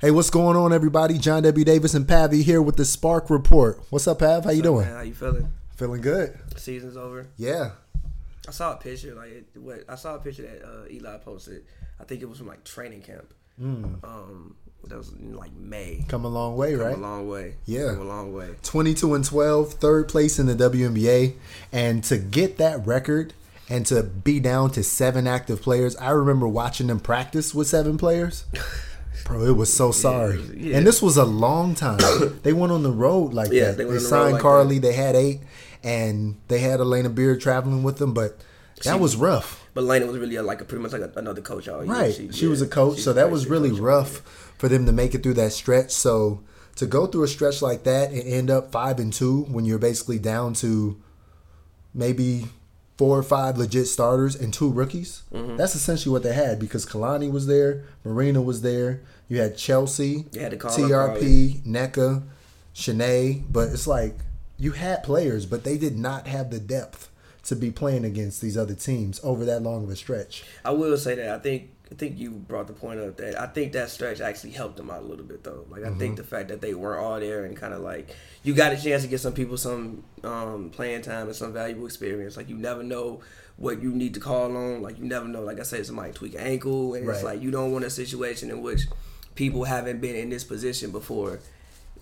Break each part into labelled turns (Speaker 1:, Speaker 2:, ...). Speaker 1: Hey, what's going on, everybody? John W. Davis and Pavi here with the Spark Report. What's up, Pav? How you doing?
Speaker 2: Man, how you feeling?
Speaker 1: Feeling good.
Speaker 2: Season's over.
Speaker 1: Yeah.
Speaker 2: I saw a picture like it, what I saw a picture that uh, Eli posted. I think it was from like training camp.
Speaker 1: Hmm.
Speaker 2: Um, that was in like May.
Speaker 1: Come a long way,
Speaker 2: Come
Speaker 1: right?
Speaker 2: a long way.
Speaker 1: Yeah.
Speaker 2: Come a long way.
Speaker 1: 22 and 12, third place in the WNBA. And to get that record and to be down to seven active players, I remember watching them practice with seven players. Bro, it was so sorry.
Speaker 2: yeah.
Speaker 1: And this was a long time. they went on the road like
Speaker 2: Yeah,
Speaker 1: that.
Speaker 2: they
Speaker 1: They,
Speaker 2: went on the road
Speaker 1: signed
Speaker 2: like
Speaker 1: Carly, they had eight, and they had Elena Beard traveling with them, but that was rough.
Speaker 2: But Lena was really uh, like a, pretty much like a, another coach all year.
Speaker 1: Right. She,
Speaker 2: yeah,
Speaker 1: was a coach,
Speaker 2: she's
Speaker 1: so that
Speaker 2: great.
Speaker 1: was
Speaker 2: She's a
Speaker 1: really
Speaker 2: coach.
Speaker 1: rough for them to make it through that stretch. So to go through a stretch like that and end up five and two when you're basically down to maybe four or five legit starters and two rookies,
Speaker 2: Mm-hmm.
Speaker 1: that's essentially what they had because Kalani was there, Marina was there, you had Chelsea,
Speaker 2: They had to call up
Speaker 1: TRP, NECA, Shanae, but it's like you had players, but they did not have the depth to be playing against these other teams over that long of a stretch.
Speaker 2: I will say that I think I think you brought the point up that I think that stretch actually helped them out a little bit though. Like I think the fact that they weren't all there and kind of like you got a chance to get some people some um, playing time and some valuable experience. Like you never know what you need to call on. Like you never know. Like I said, somebody tweak an ankle and it's
Speaker 1: Right.
Speaker 2: like you don't want a situation in which people haven't been in this position before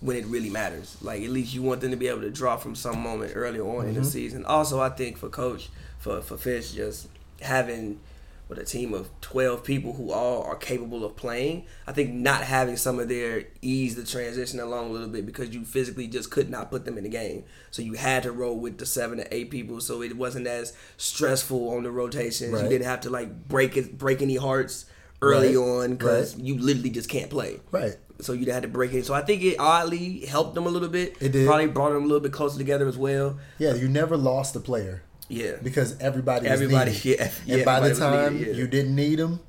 Speaker 2: when it really matters. Like at least you want them to be able to draw from some moment earlier on in the season. Also, I think for coach for for Fish just having with a team of 12 people who all are capable of playing, I think not having some of their ease the transition along a little bit because you physically just could not put them in the game. So you had to roll with the 7 to 8 people so it wasn't as stressful on the rotations.
Speaker 1: Right.
Speaker 2: You didn't have to like break it, break any hearts early
Speaker 1: Right.
Speaker 2: on cuz you literally just can't play.
Speaker 1: Right.
Speaker 2: So you had to break it. So I think it oddly helped them a little bit.
Speaker 1: It did.
Speaker 2: Probably brought them a little bit closer together as well.
Speaker 1: Yeah, you never lost a player
Speaker 2: Yeah.
Speaker 1: because everybody was
Speaker 2: Everybody-
Speaker 1: needed.
Speaker 2: yeah, yeah,
Speaker 1: and by the
Speaker 2: everybody was
Speaker 1: time
Speaker 2: needed, yeah.
Speaker 1: you didn't need them,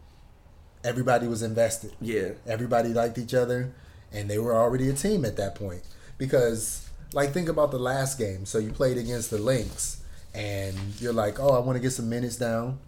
Speaker 1: everybody was invested.
Speaker 2: Yeah.
Speaker 1: Everybody liked each other, and they were already a team at that point. Because, like, think about the last game. So you played against the Lynx, and you're like, oh, I want to get some minutes down.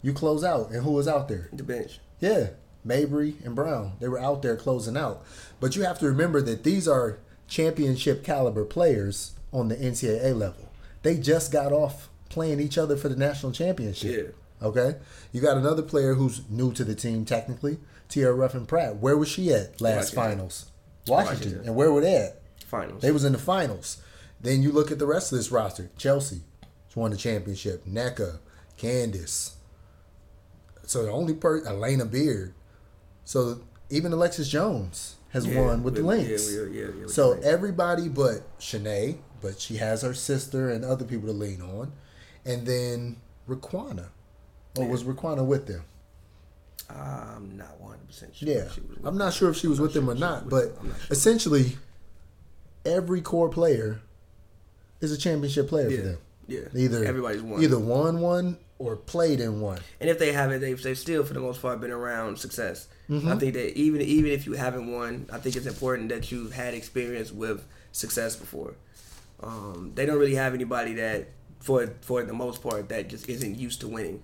Speaker 1: You close out, and who was out there?
Speaker 2: The bench.
Speaker 1: Yeah, Mabry and Brown. They were out there closing out. But you have to remember that these are championship caliber players on the NCAA level. They just got off playing each other for the national championship. Okay? You got another player who's new to the team technically, Tierra Ruffin Pratt. Where was she at last
Speaker 2: Washington.
Speaker 1: finals? Washington.
Speaker 2: Washington.
Speaker 1: And where were they at?
Speaker 2: Finals.
Speaker 1: They was in the finals. Then you look at the rest of this roster. Chelsea won the championship. NECA, Candace. So the only person, Elena Beard. So even Alexis Jones has
Speaker 2: Yeah,
Speaker 1: won with the
Speaker 2: with- yeah,
Speaker 1: Lynx.
Speaker 2: yeah, yeah, yeah, with
Speaker 1: so
Speaker 2: the Lynx.
Speaker 1: everybody but Shanae, but she has her sister and other people to lean on. And then Raquana. Or was Raquana with them?
Speaker 2: I'm not 100% sure.
Speaker 1: Yeah,
Speaker 2: She was with
Speaker 1: I'm not sure if she was with them or
Speaker 2: sure she
Speaker 1: not,
Speaker 2: was with
Speaker 1: but
Speaker 2: them. I'm not sure.
Speaker 1: essentially, every core player is a championship player for
Speaker 2: Yeah,
Speaker 1: them.
Speaker 2: yeah.
Speaker 1: either
Speaker 2: Everybody's won.
Speaker 1: either won one or played in one.
Speaker 2: And if they haven't, they've, they've still, for the most part, been around success.
Speaker 1: Mm-hmm.
Speaker 2: I think that even even if you haven't won, I think it's important that you've had experience with success before. Um, they don't really have anybody that, for for the most part, that just isn't used to winning.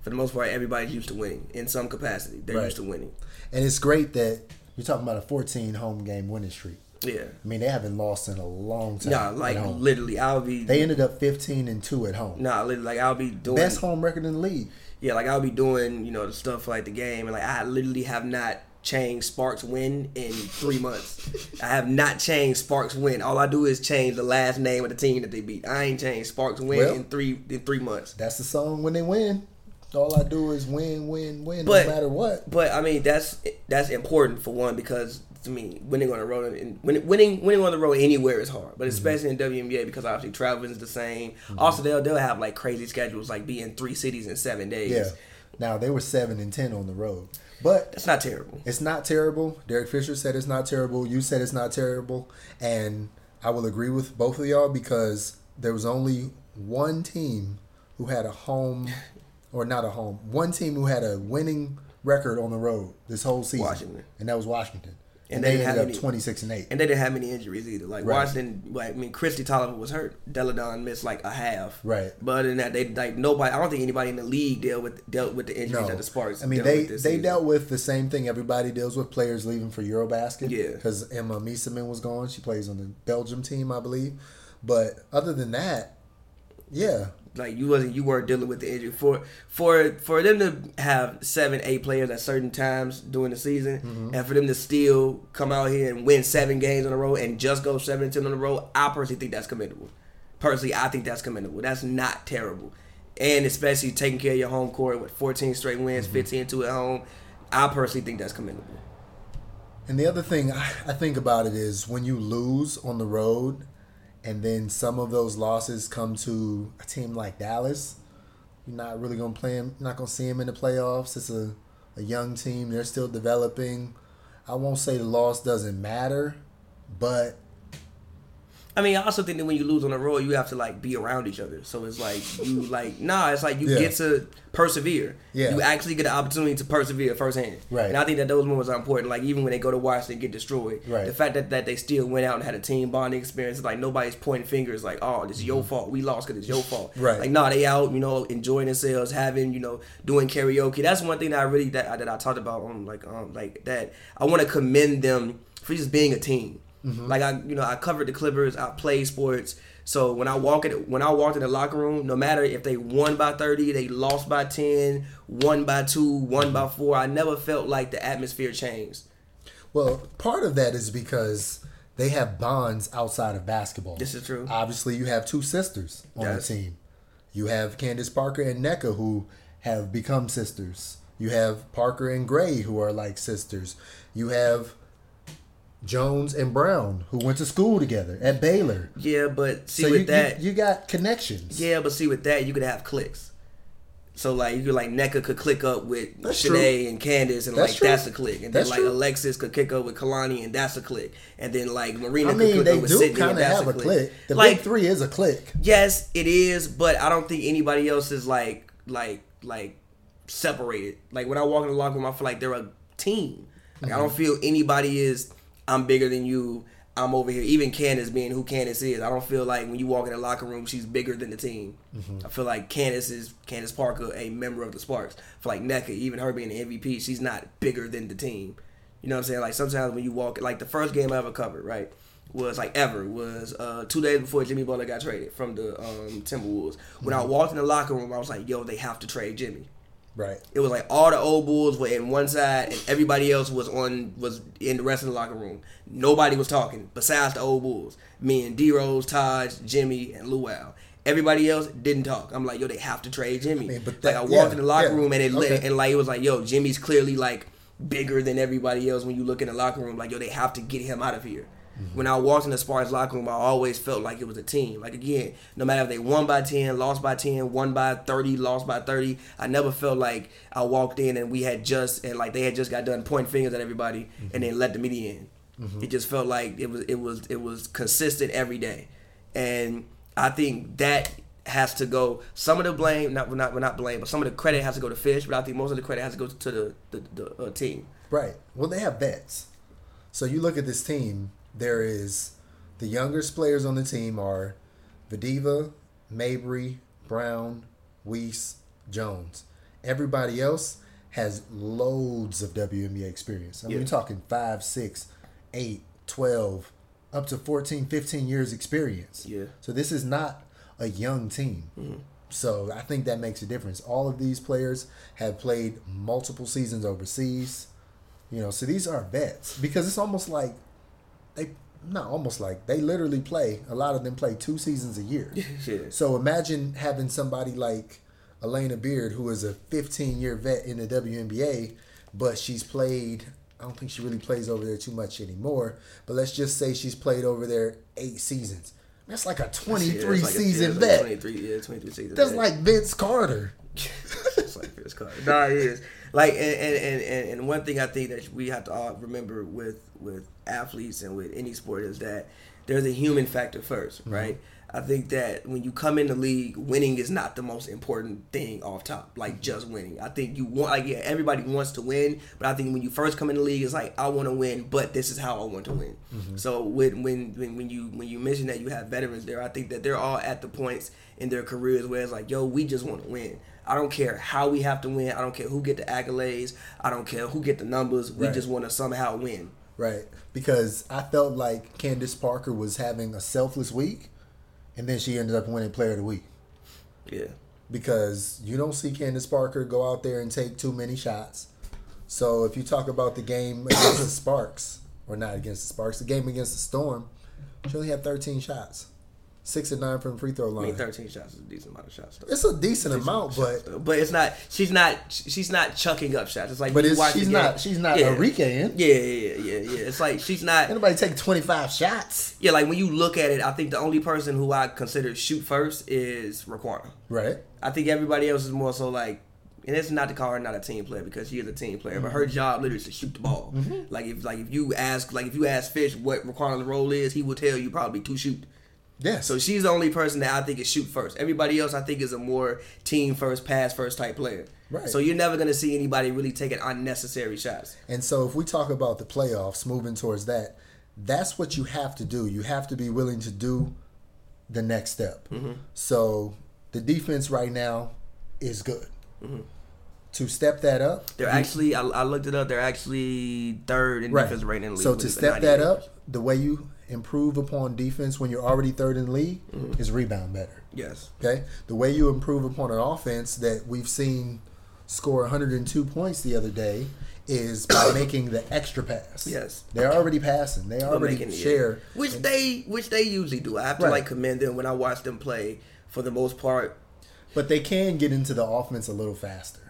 Speaker 2: For the most part, everybody's used to winning in some capacity. They're
Speaker 1: Right.
Speaker 2: used to winning.
Speaker 1: And it's great that you're talking about a 14 home game winning streak.
Speaker 2: Yeah.
Speaker 1: I mean, they haven't lost in a long time.
Speaker 2: Nah,
Speaker 1: at
Speaker 2: like
Speaker 1: home.
Speaker 2: literally, I'll be.
Speaker 1: they ended up 15 and two at home.
Speaker 2: nah, literally, like I'll be doing.
Speaker 1: Best home record in the league.
Speaker 2: yeah, like I'll be doing, you know, the stuff like the game, and like I literally have not changed Sparks win in three months. I have not changed Sparks win. All I do is change the last name of the team that they beat. I ain't changed Sparks win
Speaker 1: Well-
Speaker 2: in three in three months.
Speaker 1: That's the song when they win. All I do is win, win, win,
Speaker 2: But-
Speaker 1: no matter what.
Speaker 2: But I mean, that's that's important for one because to me, winning on the road and win- winning winning on the road anywhere is hard, but
Speaker 1: Mm-hmm.
Speaker 2: especially in WNBA because obviously traveling is the same. Also, they'll they'll have like crazy schedules, like be in three cities in seven days.
Speaker 1: Yeah. Now they were seven and ten on the road, but
Speaker 2: That's not terrible.
Speaker 1: It's not terrible. Derek Fisher said it's not terrible. You said it's not terrible. And I will agree with both of y'all because there was only one team who had a home, or not a home, one team who had a winning record on the road this whole season.
Speaker 2: Washington.
Speaker 1: And that was Washington. and,
Speaker 2: And
Speaker 1: they,
Speaker 2: they didn't
Speaker 1: ended up
Speaker 2: have any-
Speaker 1: twenty six and eight.
Speaker 2: And they didn't have many injuries either. Like
Speaker 1: Right.
Speaker 2: Washington, like, I mean, Christy Tolliver was hurt. Deladon missed like a half.
Speaker 1: Right.
Speaker 2: But other than that, they like nobody. I don't think anybody in the league dealt with dealt with the injuries that the Sparks.
Speaker 1: I mean,
Speaker 2: dealt
Speaker 1: they
Speaker 2: with
Speaker 1: they
Speaker 2: this season.
Speaker 1: dealt with the same thing everybody deals with players leaving for Eurobasket.
Speaker 2: Yeah.
Speaker 1: Because Emma Mieseman was gone. She plays on the Belgium team, I believe. But other than that, yeah,
Speaker 2: like you wasn't you weren't dealing with the injury for for for them to have seven eight players at certain times during the season and for them to still come out here and win seven games in a row and just go seven and ten in a row i personally think that's commendable personally i think that's commendable that's not terrible and especially taking care of your home court with 14 straight wins 15 2 at home i personally think that's commendable
Speaker 1: And the other thing I I think about it is when you lose on the road, and then some of those losses come to a team like Dallas, you're not really gonna play him. Not gonna see him in the playoffs. It's a, a young team. They're still developing. I won't say the loss doesn't matter, but
Speaker 2: I mean, I also think that when you lose on the road, you have to like be around each other. So it's like you like nah, it's like you
Speaker 1: Yeah.
Speaker 2: get to persevere.
Speaker 1: Yeah.
Speaker 2: You actually get an opportunity to persevere firsthand.
Speaker 1: Right.
Speaker 2: And I think that those moments are important. Like even when they go to Washington and get destroyed.
Speaker 1: Right.
Speaker 2: The fact that, that they still went out and had a team bonding experience, like nobody's pointing fingers like, oh, this is your
Speaker 1: Mm-hmm.
Speaker 2: fault. We lost because it's your fault.
Speaker 1: Right.
Speaker 2: Like nah, they out, you know, enjoying themselves, having, you know, doing karaoke. That's one thing that I really that I, that I talked about on like um like that. I want to commend them for just being a team.
Speaker 1: Mm-hmm.
Speaker 2: Like I, you know, I covered the Clippers. I played sports. So when I walk in, when I walked in the locker room, no matter if they won by thirty, they lost by 10, won by two, won by four, I never felt like the atmosphere changed.
Speaker 1: Well, part of that is because they have bonds outside of basketball.
Speaker 2: This is true.
Speaker 1: Obviously, you have two sisters on
Speaker 2: Yes.
Speaker 1: the team. You have Candace Parker and NECA who have become sisters. You have Parker and Gray who are like sisters. You have Jones and Brown who went to school together at Baylor.
Speaker 2: Yeah, but see
Speaker 1: So
Speaker 2: with
Speaker 1: you,
Speaker 2: that,
Speaker 1: you you got connections.
Speaker 2: Yeah, but see, with that, you could have clicks. So like you could like NECA could click up with
Speaker 1: That's
Speaker 2: Shanae and Candace and
Speaker 1: That's
Speaker 2: like
Speaker 1: true.
Speaker 2: that's a click, and
Speaker 1: That's
Speaker 2: then like
Speaker 1: true.
Speaker 2: Alexis could kick up with Kalani and that's a click, and then like Marina
Speaker 1: I mean,
Speaker 2: could click
Speaker 1: they
Speaker 2: up with
Speaker 1: do
Speaker 2: Sydney
Speaker 1: kind
Speaker 2: and
Speaker 1: of
Speaker 2: that's
Speaker 1: have a click. The
Speaker 2: like
Speaker 1: big three is a click.
Speaker 2: yes, it is, but I don't think anybody else is like like like separated. Like when I walk in the locker room, I feel like they're a team. Like I don't feel anybody is I'm bigger than you. I'm over here. Even Candace being who Candace is, I don't feel like when you walk in the locker room, she's bigger than the team. I feel like Candace is Candace Parker, a member of the Sparks. For like NECA, even her being the MVP, she's not bigger than the team. You know what I'm saying? Like sometimes when you walk, like the first game I ever covered, right, was like ever was uh, two days before Jimmy Butler got traded from the um, Timberwolves.
Speaker 1: Mm-hmm.
Speaker 2: When I walked in the locker room, I was like, "Yo, they have to trade Jimmy."
Speaker 1: Right.
Speaker 2: It was like all the old Bulls were in one side, and everybody else was on was in the rest of the locker room. Nobody was talking besides the old Bulls. Me and D Rose, Taj, Jimmy, and Luau. Everybody else didn't talk. I'm like, yo, they have to trade Jimmy.
Speaker 1: mean, but
Speaker 2: like
Speaker 1: that-
Speaker 2: I walked
Speaker 1: yeah,
Speaker 2: in the locker
Speaker 1: yeah,
Speaker 2: room and it lit,
Speaker 1: okay.
Speaker 2: and like it was like, yo, Jimmy's clearly like bigger than everybody else. When you look in the locker room, like yo, they have to get him out of here. When I walked in the Sparks locker room, I always felt like it was a team. Like again, no matter if they won by ten, lost by ten, won by thirty, lost by thirty, I never felt like I walked in and we had just and like they had just got done pointing fingers at everybody and then let the media in. It just felt like it was it was it was consistent every day, and I think that has to go. Some of the blame, not not not blame, but some of the credit has to go to Fish. But I think most of the credit has to go to the the, the uh, team.
Speaker 1: Right. Well, they have vets. So you look at this team. There is the youngest players on the team are Vadiva, Mabry, Brown, Weiss, Jones. Everybody else has loads of WNBA experience. I mean,
Speaker 2: Yeah.
Speaker 1: you're talking five, six, eight, 12, up to 14, 15 years experience.
Speaker 2: Yeah. Mm-hmm.
Speaker 1: So this is not a young team. So I think that makes a difference. All of these players have played multiple seasons overseas. You know, so these are vets because it's almost like they not almost like they literally play a lot of them play two seasons a year.
Speaker 2: Yeah.
Speaker 1: So imagine having somebody like Elena Beard who is a 15 year vet in the WNBA, but she's played I don't think she really plays over there too much anymore, but let's just say she's played over there 8 seasons. That's like a 23 season vet.
Speaker 2: Twenty three, yeah, twenty three season.
Speaker 1: That's
Speaker 2: vet.
Speaker 1: like Vince Carter.
Speaker 2: it's like Vince Carter. Nah, it is. Like and, and, and, and, and one thing I think that we have to all remember with with athletes and with any sport is that there's a human factor first, right? I think that when you come in the league, winning is not the most important thing off top. Like just winning. I think you want like yeah, everybody wants to win, but I think when you first come in the league, it's like I want to win, but this is how I want to win. So when, when when when you when you mention that you have veterans there, I think that they're all at the points in their careers where it's like, yo, we just want to win. I don't care how we have to win. I don't care who get the accolades. I don't care who get the numbers. We
Speaker 1: Right.
Speaker 2: just want to somehow win.
Speaker 1: Right. Because I felt like Candace Parker was having a selfless week, and then she ended up winning Player of the Week.
Speaker 2: Yeah.
Speaker 1: Because you don't see Candace Parker go out there and take too many shots. So if you talk about the game against the Sparks, or not against the Sparks, the game against the Storm, she only had 13 shots, six and nine from the free throw
Speaker 2: I
Speaker 1: line.
Speaker 2: mean, thirteen shots is a decent amount of shots. Though.
Speaker 1: it's a decent amount, but
Speaker 2: But it's not. She's not. She's not chucking up shots. It's like.
Speaker 1: but
Speaker 2: you
Speaker 1: it's,
Speaker 2: watch the
Speaker 1: she's
Speaker 2: game-
Speaker 1: not she's not
Speaker 2: Yeah.
Speaker 1: Enrique. In.
Speaker 2: Yeah, yeah, yeah, yeah, yeah. It's like she's not.
Speaker 1: Anybody take 25 shots?
Speaker 2: Yeah, like when you look at it, I think the only person who I consider shoot first is Raquana.
Speaker 1: Right.
Speaker 2: I think everybody else is more so like, and it's not to call her not a team player because she is a team player, but her
Speaker 1: Mm-hmm.
Speaker 2: job literally is to shoot the ball. Like if like if you ask like if you ask Fish what Raquana's role is, he will tell you probably to shoot.
Speaker 1: Yeah. So
Speaker 2: So she's the only person that I think is shoot first. Everybody else I think is a more team first, pass first type player.
Speaker 1: Right.
Speaker 2: So you're never gonna see anybody really taking unnecessary shots.
Speaker 1: And so if we talk about the playoffs, moving towards that, that's what you have to do. You have to be willing to do the next step.
Speaker 2: Mm-hmm.
Speaker 1: So the defense right now is good.
Speaker 2: Mm-hmm.
Speaker 1: To step that up,
Speaker 2: They're actually I, I looked it up. They're actually third in defense rating in the league.
Speaker 1: So
Speaker 2: which
Speaker 1: to
Speaker 2: is the
Speaker 1: step that
Speaker 2: 98.
Speaker 1: up, the way you improve upon defense when you're already third in the league
Speaker 2: Mm-hmm.
Speaker 1: is rebound better.
Speaker 2: yes.
Speaker 1: Okay, the way you improve upon an offense that we've seen score 102 points the other day is by making the extra pass.
Speaker 2: Yes.
Speaker 1: they're already passing. They
Speaker 2: But
Speaker 1: already
Speaker 2: making the-
Speaker 1: share.
Speaker 2: which they which they usually do. I have to
Speaker 1: Right.
Speaker 2: like commend them when I watch them play. For the most part,
Speaker 1: But they can get into the offense a little faster.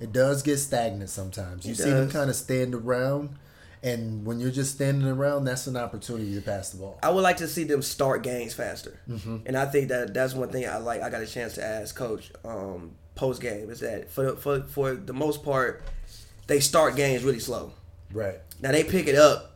Speaker 1: It does get stagnant sometimes. You
Speaker 2: It
Speaker 1: see them
Speaker 2: does.
Speaker 1: kind of stand around, and when you're just standing around, that's an opportunity to pass the ball.
Speaker 2: I would like to see them start games faster,
Speaker 1: Mm-hmm.
Speaker 2: and I think that that's one thing I like. I got a chance to ask coach um, post game is that for the, for for the most part, they start games really slow.
Speaker 1: Right.
Speaker 2: Now they pick it up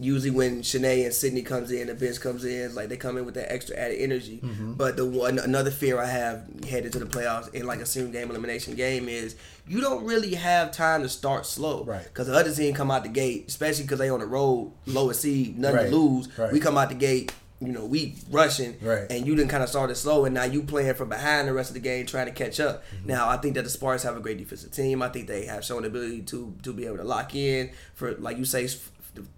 Speaker 2: usually when Shanae and Sydney comes in, the bench comes in, it's like they come in with that extra added energy.
Speaker 1: Mm-hmm.
Speaker 2: But the one another fear I have headed to the playoffs in like a single game elimination game is you don't really have time to start slow,
Speaker 1: Right.
Speaker 2: Because the other team come out the gate, especially because they on the road, lowest seed, nothing
Speaker 1: Right,
Speaker 2: to lose.
Speaker 1: right.
Speaker 2: We come out the gate. You know, we rushing,
Speaker 1: Right.
Speaker 2: and you didn't kind of start it slow, and now you playing from behind the rest of the game, trying to catch up. Now, I think that the Sparks have a great defensive team. I think they have shown the ability to to be able to lock in for, like you say, f-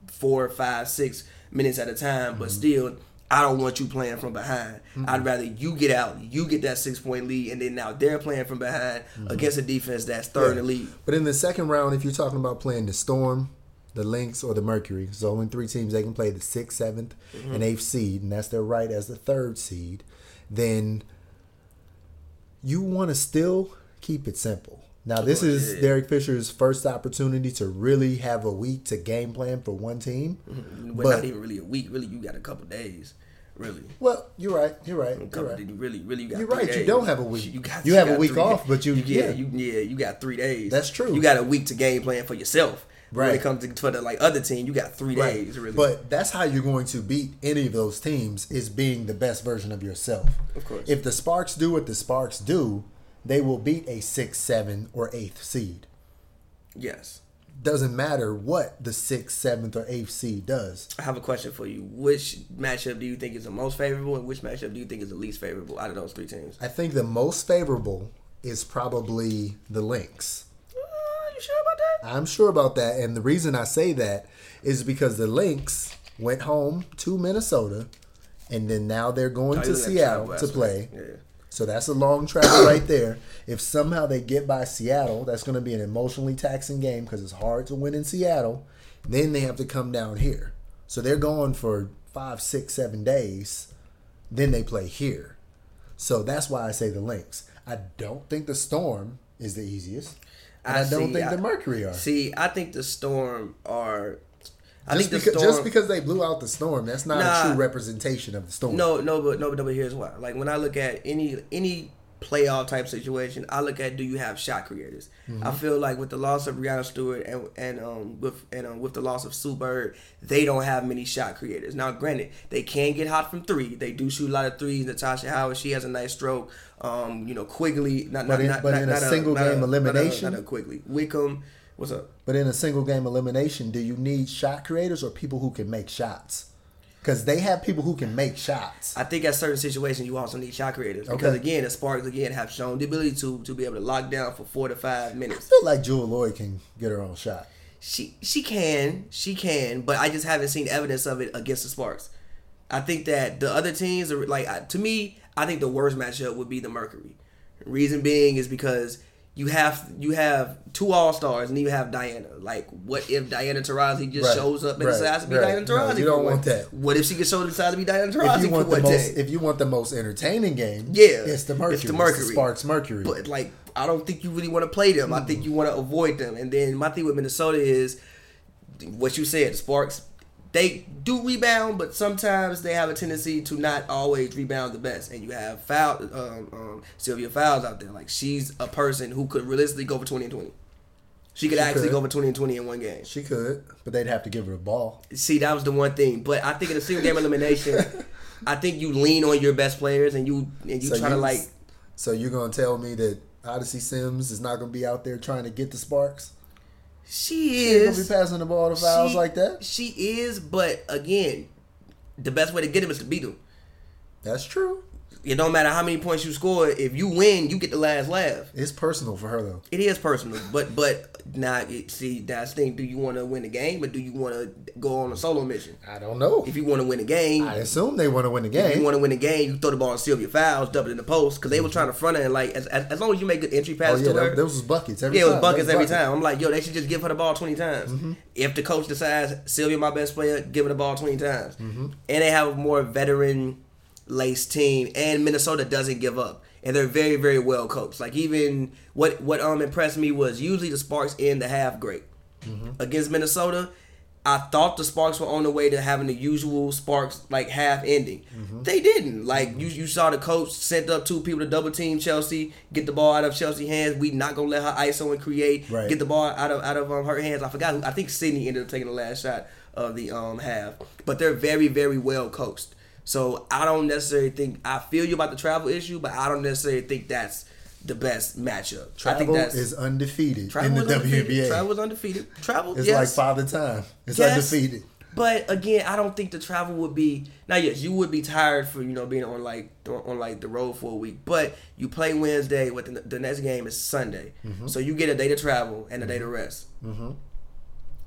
Speaker 2: four, five, six minutes at a time. But still, I don't want you playing from behind. I'd rather you get out, you get that six point lead, and then now they're playing from behind against a defense that's third in the league.
Speaker 1: But in the second round, if you're talking about playing the Storm, the Lynx, or the Mercury, so only three teams they can play the sixth, seventh, and eighth seed, and that's their right as the third seed, then you want to still keep it simple. Now, this is Derek Fisher's first opportunity to really have a week to game plan for one team.
Speaker 2: But,
Speaker 1: But-
Speaker 2: not even really a week. Really, you got a couple days. Really.
Speaker 1: Well, you're right. You're right. You're
Speaker 2: Couple,
Speaker 1: right.
Speaker 2: You really, really got
Speaker 1: You're
Speaker 2: three
Speaker 1: right, you
Speaker 2: days.
Speaker 1: don't have a week.
Speaker 2: You, got,
Speaker 1: You have a week
Speaker 2: three
Speaker 1: off,
Speaker 2: days.
Speaker 1: but you-
Speaker 2: yeah,
Speaker 1: yeah.
Speaker 2: you yeah, you got three days.
Speaker 1: That's true.
Speaker 2: You got a week to game plan for yourself. When
Speaker 1: Right.
Speaker 2: it comes to for the like other team, you got three days really.
Speaker 1: But that's how you're going to beat any of those teams is being the best version of yourself.
Speaker 2: Of course.
Speaker 1: If the Sparks do what the Sparks do, they will beat a six, seven, or eighth seed.
Speaker 2: yes,
Speaker 1: Doesn't matter what the sixth, seventh, or eighth seed does.
Speaker 2: I have a question for you. Which matchup do you think is the most favorable, and which matchup do you think is the least favorable out of those three teams?
Speaker 1: I think the most favorable is probably the Lynx.
Speaker 2: Uh, you sure about that?
Speaker 1: I'm sure about that, and the reason I say that is because the Lynx went home to Minnesota, and then now they're going
Speaker 2: Oh, you
Speaker 1: to
Speaker 2: looking at
Speaker 1: Seattle
Speaker 2: Travel
Speaker 1: to
Speaker 2: West.
Speaker 1: play.
Speaker 2: Yeah.
Speaker 1: So that's a long travel right there. If somehow they get by Seattle, that's going to be an emotionally taxing game because it's hard to win in Seattle. Then they have to come down here. So they're going for five, six, seven days. Then they play here. So that's why I say the Lynx. I don't think the Storm is the easiest. And I, don't
Speaker 2: see,
Speaker 1: think
Speaker 2: I-
Speaker 1: the Mercury are.
Speaker 2: See, I think the Storm are. I
Speaker 1: just,
Speaker 2: think the
Speaker 1: because,
Speaker 2: Storm,
Speaker 1: just because they blew out the Storm, that's not a
Speaker 2: Nah.
Speaker 1: true representation of the Storm.
Speaker 2: No, no, but no, but, no, but here's why. Like when I look at any any playoff type situation. I look at do you have shot creators?
Speaker 1: Mm-hmm.
Speaker 2: I feel like with the loss of Brianna Stewart and and um with and um, with the loss of Sue Bird, they don't have many shot creators. Now, granted, they can get hot from three. They do shoot a lot of threes. Natasha Howard, she has a nice stroke. Um, you know, Quigley, not
Speaker 1: But
Speaker 2: not,
Speaker 1: in-
Speaker 2: not,
Speaker 1: but
Speaker 2: not,
Speaker 1: in a
Speaker 2: not
Speaker 1: single
Speaker 2: not
Speaker 1: game
Speaker 2: not
Speaker 1: elimination?
Speaker 2: not a Quigley, Wickham. What's up?
Speaker 1: But in a single game elimination, do you need shot creators or people who can make shots? Because they have people who can make shots.
Speaker 2: I think at certain situations you also need shot creators because
Speaker 1: Okay.
Speaker 2: again, the Sparks again have shown the ability to to be able to lock down for four to five
Speaker 1: I
Speaker 2: minutes.
Speaker 1: feel like Jewel Lloyd can get her own shot.
Speaker 2: She she can she can, but I just haven't seen evidence of it against the Sparks. I think that the other teams are like I- to me. I think the worst matchup would be the Mercury. Reason being is because you have you have two All Stars and you have Diana. Like, what if Diana Taurasi just
Speaker 1: Right,
Speaker 2: shows up and
Speaker 1: right,
Speaker 2: decides to be
Speaker 1: right.
Speaker 2: Diana
Speaker 1: No,
Speaker 2: Taurasi?
Speaker 1: you don't
Speaker 2: for
Speaker 1: want
Speaker 2: one-
Speaker 1: that.
Speaker 2: What if she gets shown to decide to be Diana
Speaker 1: If
Speaker 2: Taurasi
Speaker 1: you
Speaker 2: for
Speaker 1: want the
Speaker 2: one
Speaker 1: most,
Speaker 2: day?
Speaker 1: if you want the most entertaining game,
Speaker 2: Yeah,
Speaker 1: it's the
Speaker 2: it's
Speaker 1: Mercury,
Speaker 2: the
Speaker 1: it's the,
Speaker 2: Mercury.
Speaker 1: Sparks Mercury.
Speaker 2: but like I don't think you really want to play them. I think you want to avoid them. And then my thing with Minnesota is what you said, Sparks. They do rebound, but sometimes they have a tendency to not always rebound the best. And you have foul, um, um, Sylvia Fowles out there. Like she's a person who could realistically go for twenty and twenty. She could
Speaker 1: She
Speaker 2: actually
Speaker 1: could.
Speaker 2: go for twenty and twenty in one game.
Speaker 1: she could, but they'd have to give her a ball.
Speaker 2: See, that was the one thing. But I think in a single game elimination, I think you lean on your best players and you and you try to like
Speaker 1: So you're gonna tell me that Odyssey Sims is not gonna be out there trying to get the Sparks?
Speaker 2: she
Speaker 1: She's gonna
Speaker 2: is
Speaker 1: be passing the ball to fouls
Speaker 2: She-
Speaker 1: like that.
Speaker 2: She is, but again, the best way to get him is to beat him.
Speaker 1: That's true.
Speaker 2: It don't matter how many points you score. If you win, you get the last laugh.
Speaker 1: It's personal for her though.
Speaker 2: It is personal, but but now it, see that's the thing. Do you want to win the game, or do you want to go on a solo mission?
Speaker 1: I don't know.
Speaker 2: If you want to win the game,
Speaker 1: I assume they want to win the
Speaker 2: if you
Speaker 1: game.
Speaker 2: want to win the game, you throw the ball in Sylvia Fouls, double it in the post, because they were trying to front her and like as, as, as long as you make good entry
Speaker 1: Oh
Speaker 2: passes
Speaker 1: yeah,
Speaker 2: to her,
Speaker 1: that, those was buckets Mm-hmm. every
Speaker 2: yeah,
Speaker 1: time.
Speaker 2: it was buckets
Speaker 1: That
Speaker 2: every time. I'm like, yo, they should just give her the ball 20 times. If the coach decides Sylvia, my best player, give her the ball 20 times.
Speaker 1: Mm-hmm.
Speaker 2: And they have a more veteran laced team, and Minnesota doesn't give up. And they're very, very well coached. Like even what what um impressed me was usually the Sparks end the half great Mm-hmm. against Minnesota. I thought the Sparks were on the way to having the usual Sparks like half ending.
Speaker 1: Mm-hmm.
Speaker 2: They didn't. Like you, you saw the coach sent up two people to double team Chelsea, get the ball out of Chelsea hands. We not gonna let her ISO and create.
Speaker 1: Right.
Speaker 2: Get the ball out of out of um, her hands. I forgot. Who, I think Sydney ended up taking the last shot of the um half. But they're very very well coached. So I don't necessarily think I feel you about the travel issue, but I don't necessarily think that's the best matchup. I think
Speaker 1: Travel
Speaker 2: that's
Speaker 1: is undefeted
Speaker 2: Travel
Speaker 1: in the
Speaker 2: was undefeated.
Speaker 1: WNBA.
Speaker 2: Travel was undefeated. Travel
Speaker 1: It's
Speaker 2: yes.
Speaker 1: like Father Time. It's
Speaker 2: Yes.
Speaker 1: undefeated.
Speaker 2: But again, I don't think the travel would be now. Yes, you would be tired for you know being on like on like the road for a week. But you play Wednesday. With the, the next game is Sunday,
Speaker 1: Mm-hmm.
Speaker 2: so you get a day to travel and a day to rest.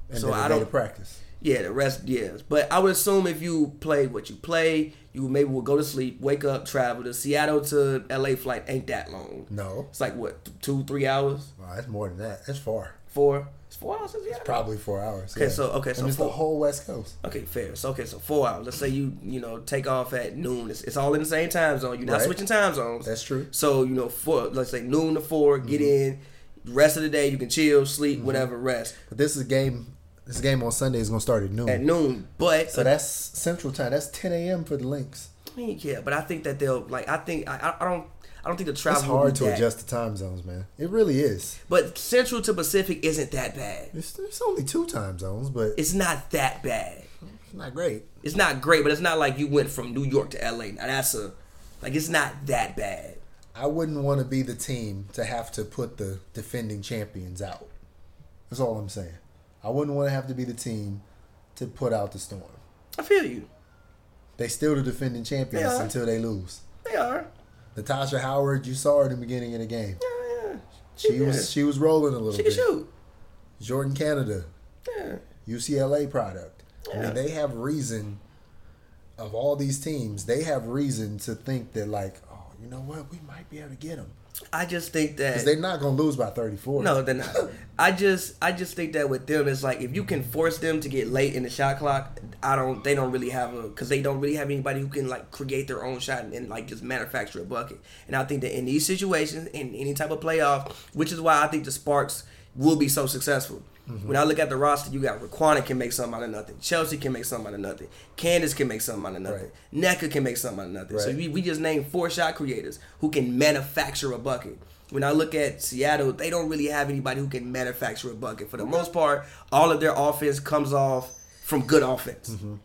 Speaker 1: And
Speaker 2: So
Speaker 1: then
Speaker 2: I
Speaker 1: they
Speaker 2: don't-
Speaker 1: to practice.
Speaker 2: Yeah, the rest. Yes, but I would assume if you play what you play, you maybe will go to sleep, wake up, travel. The Seattle to L.A. flight ain't that long.
Speaker 1: No,
Speaker 2: It's like what th- two, three hours,
Speaker 1: Wow, that's more than that. That's far.
Speaker 2: four. It's four hours. to Seattle?
Speaker 1: Probably four hours.
Speaker 2: Okay, so- okay,
Speaker 1: and
Speaker 2: so
Speaker 1: it's the
Speaker 2: four-
Speaker 1: whole West Coast.
Speaker 2: Okay, fair. So okay, so four hours. Let's say you you know take off at noon. It's, it's all in the same time zone. You're not
Speaker 1: Right.
Speaker 2: switching time zones.
Speaker 1: That's true.
Speaker 2: So you know four. Let's say noon to 4 Get
Speaker 1: Mm-hmm.
Speaker 2: in. Rest of the day you can chill, sleep, whatever. Rest
Speaker 1: But this is a game. This game on Sunday is gonna start at noon.
Speaker 2: at noon. But
Speaker 1: so that's Central Time. That's 10 a.m. for the Lynx.
Speaker 2: I mean, yeah. But I think that they'll like. I think I, I I don't. I don't think the travel.
Speaker 1: It's
Speaker 2: will
Speaker 1: hard
Speaker 2: be
Speaker 1: to
Speaker 2: that.
Speaker 1: adjust the time zones, man. It really is.
Speaker 2: But Central to Pacific isn't that bad.
Speaker 1: It's, it's only two time zones, but
Speaker 2: It's not that bad.
Speaker 1: it's not great.
Speaker 2: It's not great, but it's not like you went from New York to L.A. Now that's a like it's not that bad.
Speaker 1: I wouldn't want to be the team to have to put the defending champions out. That's all I'm saying. I wouldn't want to have to be the team to put out the storm.
Speaker 2: I feel you.
Speaker 1: They still the defending champions
Speaker 2: They are.
Speaker 1: until they lose.
Speaker 2: They are.
Speaker 1: Natasha Howard, you saw her in the beginning of the game.
Speaker 2: Yeah, yeah.
Speaker 1: She was she was rolling a little
Speaker 2: She can
Speaker 1: bit.
Speaker 2: shoot.
Speaker 1: Jordan Canada,
Speaker 2: Yeah.
Speaker 1: UCLA product. I
Speaker 2: Yeah.
Speaker 1: mean, they have reason of all these teams. They have reason to think that like, oh, you know what, we might be able to get them
Speaker 2: I just think that
Speaker 1: because they're not gonna lose by 34.
Speaker 2: no, they're not. I just I just think that with them, it's like if you can force them to get late in the shot clock, I don't. They don't really have a because they don't really have anybody who can like create their own shot and, like just manufacture a bucket. And I think that in these situations, in any type of playoff, which is why I think the Sparks will be so successful. When I look at the roster, you got Raquana can make something out of nothing. Chelsea can make something out of nothing. Candace can make something out of nothing. Necker can make something out of nothing. So
Speaker 1: Right.
Speaker 2: we, we just named four shot creators who can manufacture a bucket. When I look at Seattle, they don't really have anybody who can manufacture a bucket. For the most part, all of their offense comes off from good offense.
Speaker 1: Mm-hmm.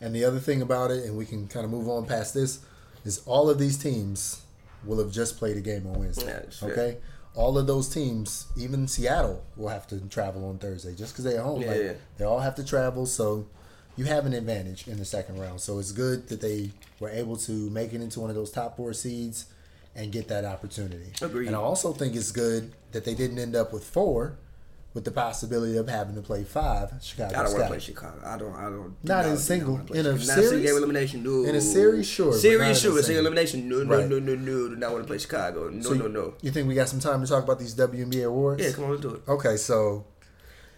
Speaker 1: And the other thing about it, and we can kind of move on past this, is all of these teams will have just played a game on
Speaker 2: Yeah,
Speaker 1: Wednesday.
Speaker 2: that's fair.
Speaker 1: okay, all of those teams, even Seattle, will have to travel on Thursday just because they're home.
Speaker 2: Yeah.
Speaker 1: Like, they all have to travel, so you have an advantage in the second round. So it's good that they were able to make it into one of those top four seeds and get that opportunity.
Speaker 2: Agreed.
Speaker 1: And I also think it's good that they didn't end up with four, with the possibility of having to play five. Chicago.
Speaker 2: I don't want
Speaker 1: Sky.
Speaker 2: to play Chicago. I don't. I don't.
Speaker 1: Not in
Speaker 2: no, I don't
Speaker 1: single.
Speaker 2: wanna play
Speaker 1: In a
Speaker 2: Chicago. Not
Speaker 1: series?
Speaker 2: single game elimination. No.
Speaker 1: In a series, sure, but not in a
Speaker 2: Series, sure.
Speaker 1: single.
Speaker 2: but Single elimination. No, no,
Speaker 1: Right.
Speaker 2: no, no, no. Do not want to play Chicago. No,
Speaker 1: So
Speaker 2: no,
Speaker 1: you-
Speaker 2: no.
Speaker 1: You think we got some time to talk about these WNBA awards?
Speaker 2: Yeah, come on, let's do it.
Speaker 1: Okay, so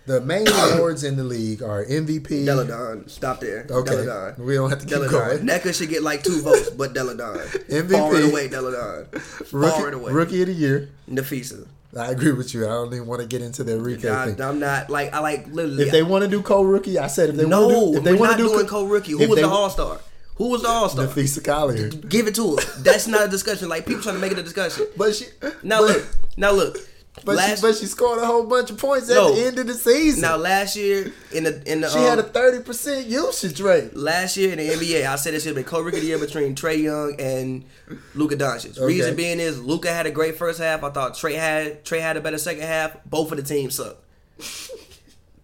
Speaker 1: the main awards in the league are MVP.
Speaker 2: Deladon, stop there.
Speaker 1: Okay,
Speaker 2: Deladon.
Speaker 1: we don't have to keep
Speaker 2: Deladon.
Speaker 1: going.
Speaker 2: NECA should get like two votes, but Deladon.
Speaker 1: MVP.
Speaker 2: Far and away, Deladon. Far
Speaker 1: Rookie,
Speaker 2: and away.
Speaker 1: rookie of the year.
Speaker 2: Nafisa.
Speaker 1: I agree with you. I don't even want to get into the Enrique
Speaker 2: I,
Speaker 1: thing.
Speaker 2: I'm not like I like literally.
Speaker 1: If they want to do co-rookie, I said if they
Speaker 2: no,
Speaker 1: want to do, if they
Speaker 2: we're
Speaker 1: want
Speaker 2: not
Speaker 1: to do
Speaker 2: doing co-rookie. Who
Speaker 1: if
Speaker 2: was
Speaker 1: they-
Speaker 2: the All Star? Who was the All Star?
Speaker 1: Nafisa Collier.
Speaker 2: Give it to us. That's not a discussion. Like people trying to make it a discussion.
Speaker 1: But she
Speaker 2: Now
Speaker 1: but,
Speaker 2: look. Now look.
Speaker 1: but,
Speaker 2: last
Speaker 1: she, but she scored a whole bunch of points at
Speaker 2: No.
Speaker 1: the end of the season.
Speaker 2: now last year in the in the
Speaker 1: she
Speaker 2: um,
Speaker 1: had a thirty percent usage rate.
Speaker 2: last year in the NBA, I said it should have been co-rookie of the year between Trey Young and Luka Doncic.
Speaker 1: Okay.
Speaker 2: Reason being is Luka had a great first half. I thought Trey had Trey had a better second half. Both of the teams suck.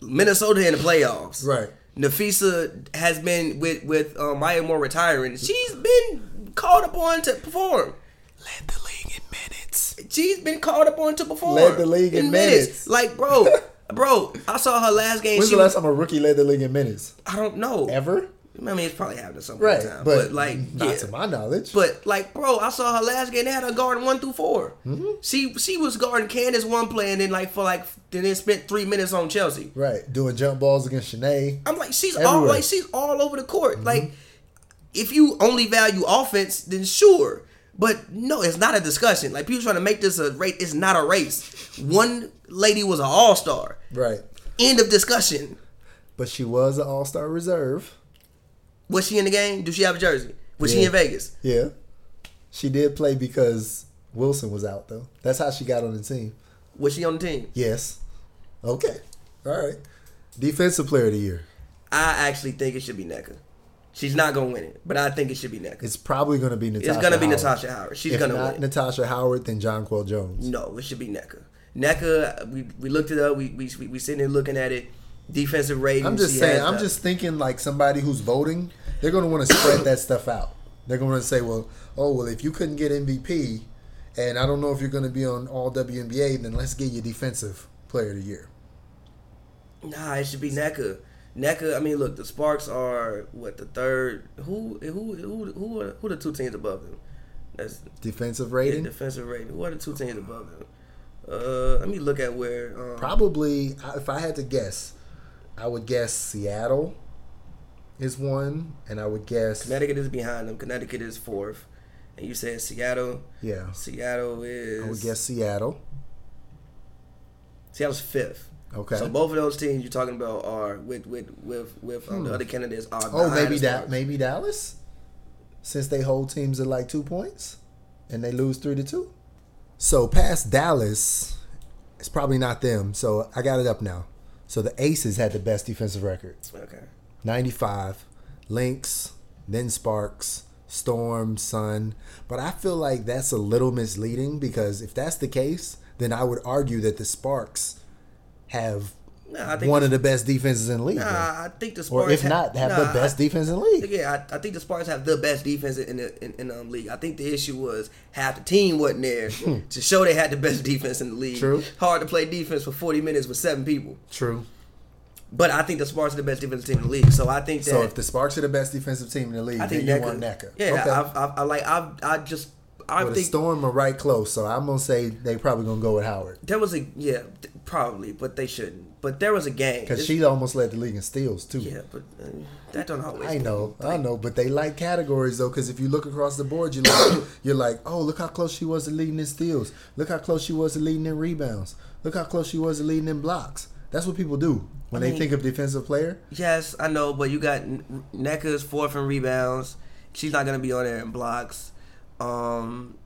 Speaker 2: Minnesota in the playoffs.
Speaker 1: Right.
Speaker 2: Nafisa has been with with uh, Maya Moore retiring. She's been called upon to perform.
Speaker 1: Led the league in minutes.
Speaker 2: She's been called upon to perform.
Speaker 1: Led the league in minutes.
Speaker 2: Like, bro, bro, I saw her last game.
Speaker 1: When's
Speaker 2: she
Speaker 1: the last
Speaker 2: was,
Speaker 1: time a rookie led the league in minutes?
Speaker 2: I don't know.
Speaker 1: Ever?
Speaker 2: I mean, it's probably happened at some point
Speaker 1: Right,
Speaker 2: in time.
Speaker 1: but,
Speaker 2: But, like,
Speaker 1: not
Speaker 2: yeah.
Speaker 1: to my knowledge.
Speaker 2: But like, bro, I saw her last game. They had her guarding one through 4
Speaker 1: Mm-hmm.
Speaker 2: She she was guarding Candace one play, and then like for like then it spent three minutes on Chelsea.
Speaker 1: right, doing jump balls against Shanae.
Speaker 2: I'm like, she's all
Speaker 1: Everywhere. Mm-hmm.
Speaker 2: like she's all over the court. Like, if you only value offense, then sure. But no, it's not a discussion. Like people trying to make this a race. It's not a race. One lady was an all star.
Speaker 1: Right,
Speaker 2: End of discussion.
Speaker 1: but she was an All Star reserve.
Speaker 2: Was she in the game? Do she have a jersey? Was she
Speaker 1: Yeah.
Speaker 2: in Vegas?
Speaker 1: Yeah, she did play because Wilson was out though. That's how she got on the team.
Speaker 2: Was she on the team?
Speaker 1: Yes. Okay. All right. Defensive Player of the Year.
Speaker 2: I actually think it should be NECA. She's not gonna win it, but I think it should be NECA.
Speaker 1: It's probably going to be Natasha.
Speaker 2: It's gonna be
Speaker 1: Howard.
Speaker 2: Natasha Howard. She's
Speaker 1: If
Speaker 2: gonna
Speaker 1: not
Speaker 2: win.
Speaker 1: Natasha Howard, then Jonquel Jones.
Speaker 2: no, it should be NECA. NECA, we, we looked it up. We we we, we sitting there looking at it. Defensive rating.
Speaker 1: I'm just
Speaker 2: she
Speaker 1: saying.
Speaker 2: has
Speaker 1: I'm
Speaker 2: the-
Speaker 1: just thinking like somebody who's voting. They're going to want to spread that stuff out. They're going to say, well, oh well, if you couldn't get MVP, and I don't know if you're going to be on All WNBA, then let's get you Defensive Player of the Year.
Speaker 2: nah. It should be NECA. NECA. I mean, look, the Sparks are what the third. Who who who who are, who the two teams above them? That's
Speaker 1: Defensive
Speaker 2: yeah,
Speaker 1: rating.
Speaker 2: defensive rating. Who are the two teams above them? Uh, let me look at where. Um,
Speaker 1: Probably, I- if I had to guess, I would guess Seattle is one, and I would guess
Speaker 2: Connecticut is behind them. Connecticut is fourth, and you said Seattle.
Speaker 1: yeah,
Speaker 2: Seattle is.
Speaker 1: I would guess Seattle.
Speaker 2: Seattle's fifth.
Speaker 1: Okay.
Speaker 2: So both of those teams you're talking about are with with with with um, the other candidates are.
Speaker 1: oh,
Speaker 2: behind
Speaker 1: maybe
Speaker 2: us.
Speaker 1: that. Maybe Dallas, since they hold teams at like two points, and they lose three to two. So past Dallas, it's probably not them. So I got it up now. So the Aces had the best defensive record.
Speaker 2: Okay.
Speaker 1: 95, Lynx, then Sparks, Storm, Sun. But I feel like that's a little misleading because if that's the case, then I would argue that the Sparks have
Speaker 2: Nah, I think
Speaker 1: one of the best defenses in the league.
Speaker 2: Nah,
Speaker 1: man.
Speaker 2: I think the Sparks.
Speaker 1: or if not, have
Speaker 2: nah,
Speaker 1: the best defense in the
Speaker 2: I,
Speaker 1: league.
Speaker 2: yeah, I, I think the Sparks have the best defense in the in, in um, league. I think the issue was half the team wasn't there to show they had the best defense in the league.
Speaker 1: Hmm. True.
Speaker 2: Hard to play defense for 40 minutes with seven people.
Speaker 1: True.
Speaker 2: But I think the Sparks are the best defensive team in the league. So I think that.
Speaker 1: So if the Sparks are the best defensive team in the league,
Speaker 2: I think
Speaker 1: then
Speaker 2: NECA.
Speaker 1: you want NECA.
Speaker 2: Yeah,
Speaker 1: okay.
Speaker 2: I, I, I like I I just I
Speaker 1: but the
Speaker 2: think
Speaker 1: Storm are right close, so I'm gonna say they probably gonna go with Howard
Speaker 2: there was a yeah th- probably, but they shouldn't. But there was a game
Speaker 1: because
Speaker 2: It's-
Speaker 1: she almost led the league in steals too.
Speaker 2: yeah, but uh, that don't always.
Speaker 1: I know, I know, but they like categories though, because if you look across the board, you like, you're like, oh, look how close she was to leading in steals. Look how close she was to leading in rebounds. Look how close she was to leading in blocks. That's what people do when
Speaker 2: I
Speaker 1: they
Speaker 2: mean-
Speaker 1: think of defensive player.
Speaker 2: Yes, I know, but you got N- NECA's fourth in rebounds. She's not gonna be on there in blocks. Um,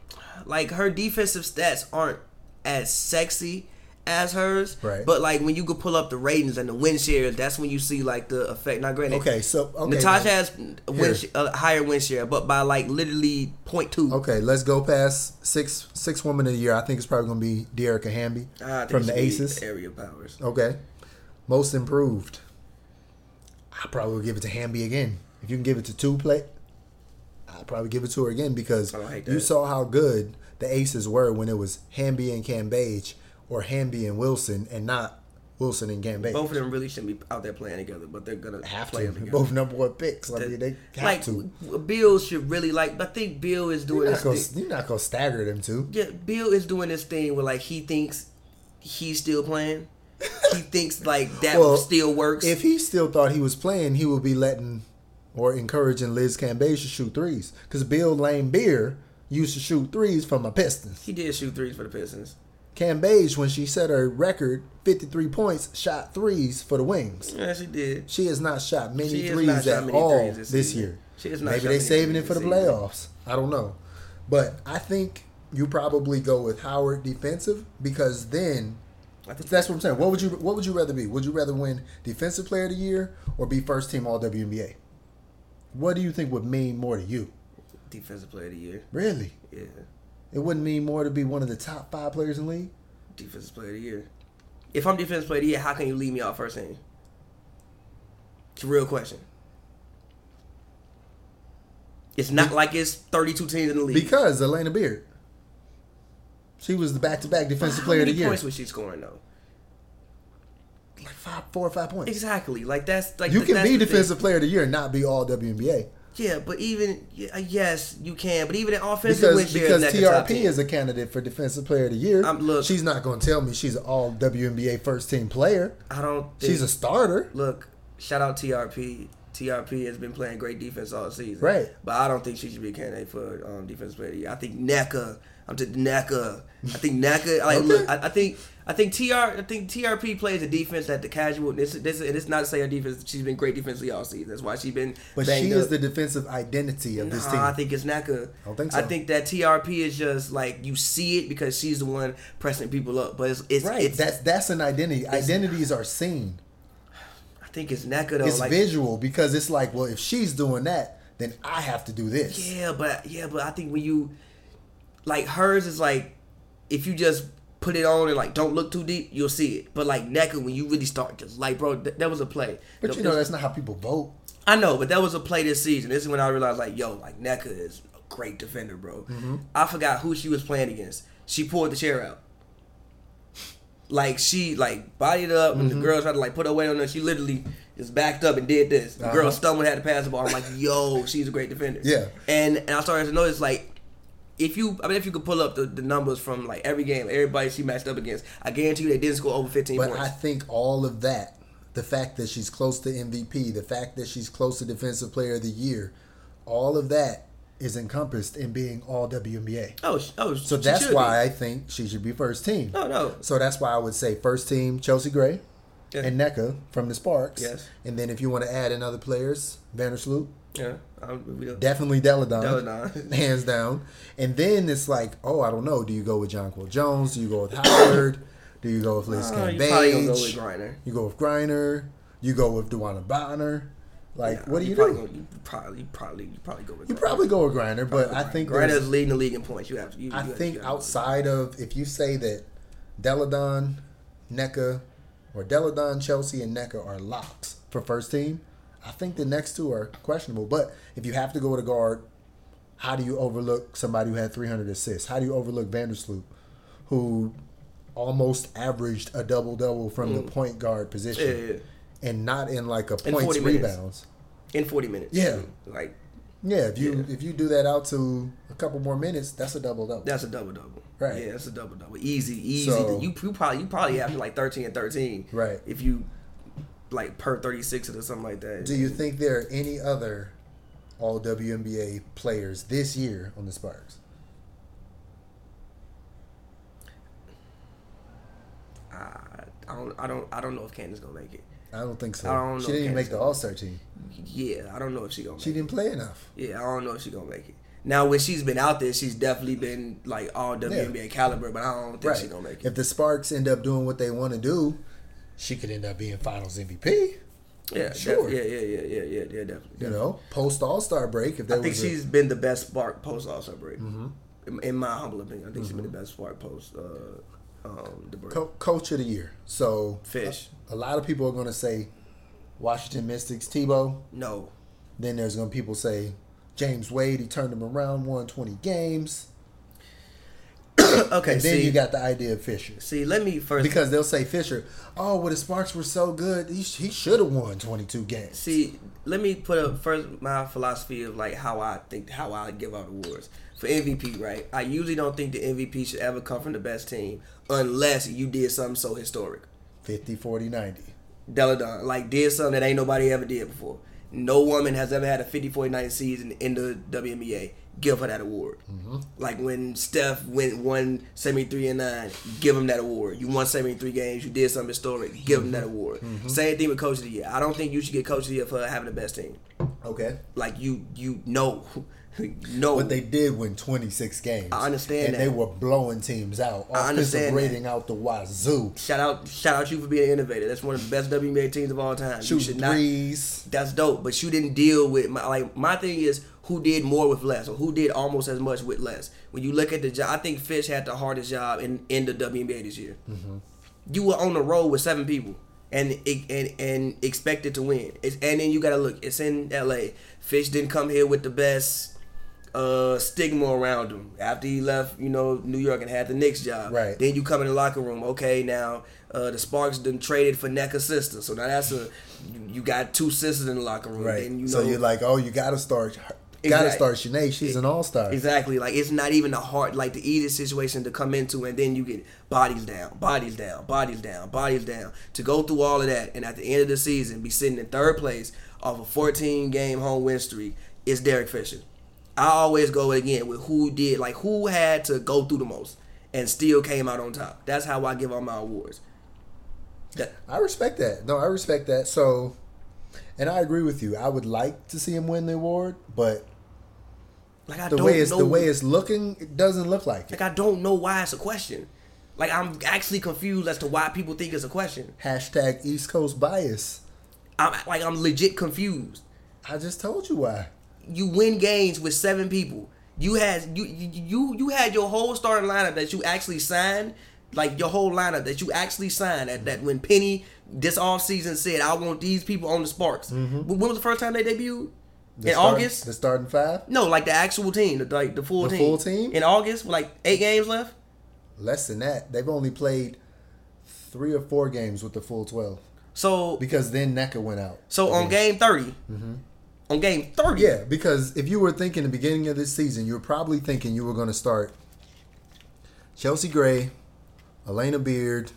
Speaker 2: like her defensive stats aren't as sexy as hers.
Speaker 1: Right.
Speaker 2: But like when you could pull up the ratings and the win shares, that's when you see like the effect. Now, granted,
Speaker 1: Okay, so okay,
Speaker 2: Natasha
Speaker 1: now-
Speaker 2: has a win sh- a higher win share, but by like literally 0.2.
Speaker 1: Okay, let's go past six six women a year. I think it's probably going to be De'Erica Hamby
Speaker 2: Ah, I think
Speaker 1: from
Speaker 2: it
Speaker 1: the
Speaker 2: should be
Speaker 1: Aces.
Speaker 2: area powers.
Speaker 1: Okay, most improved. I probably would give it to Hamby again. If you can give it to two play, I'll probably give it to her again because
Speaker 2: I don't hate
Speaker 1: you
Speaker 2: that.
Speaker 1: saw how good the Aces were when it was Hamby and Cambage or Hamby and Wilson and not Wilson and Cambage.
Speaker 2: Both of them really shouldn't be out there playing together, but they're gonna
Speaker 1: have
Speaker 2: play
Speaker 1: to.
Speaker 2: them together.
Speaker 1: Both number one picks. I mean, they have
Speaker 2: like
Speaker 1: to.
Speaker 2: Bill should really like. I think Bill is doing
Speaker 1: You're
Speaker 2: this
Speaker 1: not, gonna,
Speaker 2: thing.
Speaker 1: you're not gonna stagger them two.
Speaker 2: Yeah, Bill is doing this thing where like he thinks he's still playing. he thinks like that
Speaker 1: Well,
Speaker 2: still works.
Speaker 1: If he still thought he was playing, he would be letting or encouraging Liz Cambage to shoot threes. Because Bill Lane Beer used to shoot threes from my Pistons.
Speaker 2: he did shoot threes for the Pistons.
Speaker 1: Cambage, when she set her record, 53 points, shot threes for the Wings.
Speaker 2: Yeah, she did.
Speaker 1: She has not shot many
Speaker 2: She has
Speaker 1: threes
Speaker 2: not shot
Speaker 1: at
Speaker 2: many
Speaker 1: all
Speaker 2: threes this
Speaker 1: this,
Speaker 2: season.
Speaker 1: year.
Speaker 2: She has not
Speaker 1: Maybe
Speaker 2: shot
Speaker 1: they
Speaker 2: many
Speaker 1: saving
Speaker 2: threes
Speaker 1: it for the
Speaker 2: this season.
Speaker 1: playoffs. I don't know, but I think you probably go with Howard defensive because then
Speaker 2: I think
Speaker 1: that's what I'm saying. What would you What would you rather be? Would you rather win defensive player of the year or be first team All WNBA? What do you think would mean more to you?
Speaker 2: defensive player of the year.
Speaker 1: Really,
Speaker 2: Yeah,
Speaker 1: it wouldn't mean more to be one of the top five players in the league.
Speaker 2: defensive player of the year. If I'm defensive player of the year, how can you leave me out first team? It's a real question. It's not like it's 32 teams in the league.
Speaker 1: Because Elena Beard, she was the back to back defensive
Speaker 2: How
Speaker 1: player of
Speaker 2: many
Speaker 1: the year.
Speaker 2: points was she scoring though?
Speaker 1: Like five, four or five points.
Speaker 2: Exactly. Like that's like
Speaker 1: You
Speaker 2: th-
Speaker 1: can
Speaker 2: that's
Speaker 1: be
Speaker 2: the thing.
Speaker 1: defensive player of the year and not be all WNBA
Speaker 2: Yeah, but even yeah, yes, you can. But even in offensive win
Speaker 1: because
Speaker 2: share is
Speaker 1: because
Speaker 2: not the top
Speaker 1: TRP
Speaker 2: 10.
Speaker 1: is a candidate for defensive player of the year.
Speaker 2: Um, look-
Speaker 1: she's not going to tell me she's an all WNBA first team player.
Speaker 2: I don't. Think,
Speaker 1: She's a starter.
Speaker 2: look. Shout out TRP. TRP has been playing great defense all season.
Speaker 1: Right.
Speaker 2: But I don't think she should be a candidate for um, defensive player of the year. I think NECA. I'm just NECA. I think NECA. Like
Speaker 1: Okay.
Speaker 2: look, I, I think. I think TR I think TRP plays a defense that the casual this this and it's not to say her defense she's been great defensively all season. That's why she's been
Speaker 1: But
Speaker 2: banged
Speaker 1: she
Speaker 2: up.
Speaker 1: is the defensive identity of this
Speaker 2: Nah,
Speaker 1: team.
Speaker 2: I think it's Naka.
Speaker 1: I don't think
Speaker 2: I
Speaker 1: so.
Speaker 2: think that TRP is just like you see it because she's the one pressing people up. But it's it's,
Speaker 1: right.
Speaker 2: it's
Speaker 1: that's that's an identity. Identities are seen.
Speaker 2: I think it's Naka though.
Speaker 1: It's
Speaker 2: like
Speaker 1: visual because it's like, well, if she's doing that, then I have to do this.
Speaker 2: yeah, but yeah, but I think when you like hers is like if you just put it on and like don't look too deep, you'll see it. But like Naka, when you really start, just like bro, th- that was a play.
Speaker 1: But
Speaker 2: Th-
Speaker 1: you know that's not how people vote.
Speaker 2: I know, but that was a play this season. This is when I realized, like, yo, like NECA is a great defender, bro.
Speaker 1: Mm-hmm.
Speaker 2: I forgot who she was playing against. She pulled the chair out. Like she like bodied up, and
Speaker 1: Mm-hmm.
Speaker 2: the girl tried to like put her weight on her. She literally just backed up and did this. The girl
Speaker 1: Uh-huh.
Speaker 2: stumbled, had to pass the ball. I'm like, yo, she's a great defender.
Speaker 1: Yeah.
Speaker 2: and and I started to notice like. If you, I mean, if you could pull up the, the numbers from like every game, everybody she matched up against, I guarantee you they didn't score over 15
Speaker 1: But
Speaker 2: points.
Speaker 1: I think all of that, the fact that she's close to MVP, the fact that she's close to Defensive Player of the Year, all of that is encompassed in being all WNBA.
Speaker 2: oh, sh- oh,
Speaker 1: So that's why I think she should be first team.
Speaker 2: No, Oh, no.
Speaker 1: So that's why I would say first team Chelsea Gray
Speaker 2: Yeah.
Speaker 1: and NECA from the Sparks.
Speaker 2: Yes.
Speaker 1: And then if you want to add in other players, Vandersloot,
Speaker 2: Yeah, I, we don't,
Speaker 1: definitely Deladon.
Speaker 2: Deladon.
Speaker 1: hands down. And then it's like, oh, I don't know. Do you go with Jonquil Jones? Do you go with Howard? do you go with Liz
Speaker 2: Oh,
Speaker 1: Cambage?
Speaker 2: you probably gonna go with Griner.
Speaker 1: You go with Griner. You go with Dewana Bonner. Like,
Speaker 2: Yeah,
Speaker 1: what do you, do?
Speaker 2: probably Gonna, you probably, you probably, you probably go with.
Speaker 1: you probably go with Griner, but I think there's-
Speaker 2: Griner's leading the league in points. You have to. You,
Speaker 1: I
Speaker 2: you have- you
Speaker 1: think
Speaker 2: have to-
Speaker 1: outside of if you say that Deladon, NECA, or Deladon, Chelsea, and NECA are locks for first team, I think the next two are questionable. But if you have to go with a guard, how do you overlook somebody who had 300 assists? How do you overlook Vandersloot, who almost averaged a double double from the point guard position,
Speaker 2: Mm. Yeah, yeah,
Speaker 1: and not in like a points
Speaker 2: 40 minutes.
Speaker 1: rebounds?
Speaker 2: in forty minutes.
Speaker 1: Yeah.
Speaker 2: like
Speaker 1: Yeah, if you if you do that out to a couple more minutes, that's a double double.
Speaker 2: that's a double double.
Speaker 1: Right.
Speaker 2: Yeah, that's a double double. Easy, easy.
Speaker 1: So-
Speaker 2: you, you probably, you probably have like thirteen and thirteen.
Speaker 1: Right.
Speaker 2: If you like per thirty six or something like that.
Speaker 1: Do you think there are any other all WNBA players this year on the Sparks?
Speaker 2: I, I don't, I don't, I don't know if Candace gonna make it.
Speaker 1: I don't think so.
Speaker 2: I don't know
Speaker 1: she didn't even
Speaker 2: Candace
Speaker 1: make the
Speaker 2: gonna-
Speaker 1: All Star team.
Speaker 2: Yeah, I don't know if she gonna. Make
Speaker 1: She
Speaker 2: it.
Speaker 1: didn't play enough.
Speaker 2: Yeah, I don't know if she gonna make it. Now when she's been out there, she's definitely been like all WNBA caliber, but I don't think she gonna make it.
Speaker 1: If the Sparks end up doing what they want to do, she could end up being Finals MVP. Sure.
Speaker 2: Yeah, sure. Yeah, yeah, yeah, yeah, yeah, yeah, definitely.
Speaker 1: You know, post All Star break. If that
Speaker 2: I think
Speaker 1: was Mm-hmm. a-
Speaker 2: she's been the best spark post also break. In, in my humble opinion, I think she's
Speaker 1: Mm-hmm.
Speaker 2: been the best spark post uh, um, the break.
Speaker 1: co- coach of the year. So
Speaker 2: Fish.
Speaker 1: A, a lot of people are going to say Washington Mystics Tebow.
Speaker 2: No,
Speaker 1: Then there's going to people say James Wade. He turned them around, won 20 games.
Speaker 2: okay.
Speaker 1: And then
Speaker 2: see,
Speaker 1: you got the idea of Fisher.
Speaker 2: see, let me first
Speaker 1: Because they'll say Fisher, oh, well, the Sparks were so good. He, sh- he should have won 22 games.
Speaker 2: See, let me put up first my philosophy of like how I think how I give out awards for MVP. Right, I usually don't think the MVP should ever come from the best team unless you did something so historic.
Speaker 1: 50, 40, 90.
Speaker 2: Deladon like did something that ain't nobody ever did before. No woman has ever had a 50-49 season in the WNBA. Give her that award. Like when Steph went one seventy three and nine, give him that award. You won seventy three games. You did something historic. Give him that award. Same thing with Coach of the Year. I don't think you should get Coach of the Year for having the best team
Speaker 1: Okay.
Speaker 2: like you you know know
Speaker 1: But they did win 26 games.
Speaker 2: I understand
Speaker 1: And
Speaker 2: that.
Speaker 1: they were blowing teams out. Offensive
Speaker 2: I understand that.
Speaker 1: rating out the wazoo.
Speaker 2: shout out shout out you for being an innovator. That's one of the best WNBA teams of all time. you
Speaker 1: Shooting
Speaker 2: should not
Speaker 1: threes.
Speaker 2: that's dope, but you didn't deal with my like my thing is who did more with less or who did almost as much with less. When you look at the job, I think Fish had the hardest job in, in the WNBA this year. You were on the road with seven people and it- and and expected to win. It's, and then you got to look. It's in L.A. Fish didn't come here with the best uh stigma around him after he left you know new york and had the Knicks job
Speaker 1: Right.
Speaker 2: then you come in the locker room okay now uh the sparks done traded for NECA sister so now that's a you, you got two sisters in the locker room
Speaker 1: Right.
Speaker 2: then you know
Speaker 1: so you're like, oh, you got to start. Got to
Speaker 2: Exact-
Speaker 1: start Sinead. She's an all star.
Speaker 2: Exactly. Like it's not even a hard, like the easiest situation to come into, and then you get bodies down, bodies down, bodies down, bodies down. To go through all of that, and at the end of the season, be sitting in third place off a 14 game home win streak is Derek Fisher. I always go again with who did, like who had to go through the most and still came out on top. That's how I give all my awards. That,
Speaker 1: I respect that. No, I respect that. So, and I agree with you. I would like to see him win the award, but
Speaker 2: like I
Speaker 1: the
Speaker 2: don't
Speaker 1: way it's
Speaker 2: know
Speaker 1: the way it's looking, it doesn't look like it.
Speaker 2: like I don't know why it's a question. Like I'm actually confused as to why people think it's a question.
Speaker 1: Hashtag East Coast bias.
Speaker 2: I'm like I'm legit confused.
Speaker 1: I just told you why.
Speaker 2: You win games with seven people. You had you you you- you had your whole starting lineup that you actually signed, like your whole lineup that you actually signed. That that when Penny this offseason said, "I want these people on the Sparks." When was the first time they debuted?
Speaker 1: Mm-hmm. The
Speaker 2: In
Speaker 1: start-
Speaker 2: August?
Speaker 1: the starting five.
Speaker 2: no, like the actual team, the, like the full
Speaker 1: The
Speaker 2: team.
Speaker 1: full team?
Speaker 2: in August, with like eight games left.
Speaker 1: Less than that. They've only played three or four games with the full twelve
Speaker 2: So
Speaker 1: because then NECA went out.
Speaker 2: so on game 30 on game thirty,
Speaker 1: Mm-hmm. Yeah, because if you were thinking the beginning of this season, you were probably thinking you were going to start Chelsea Gray, Elena Beard,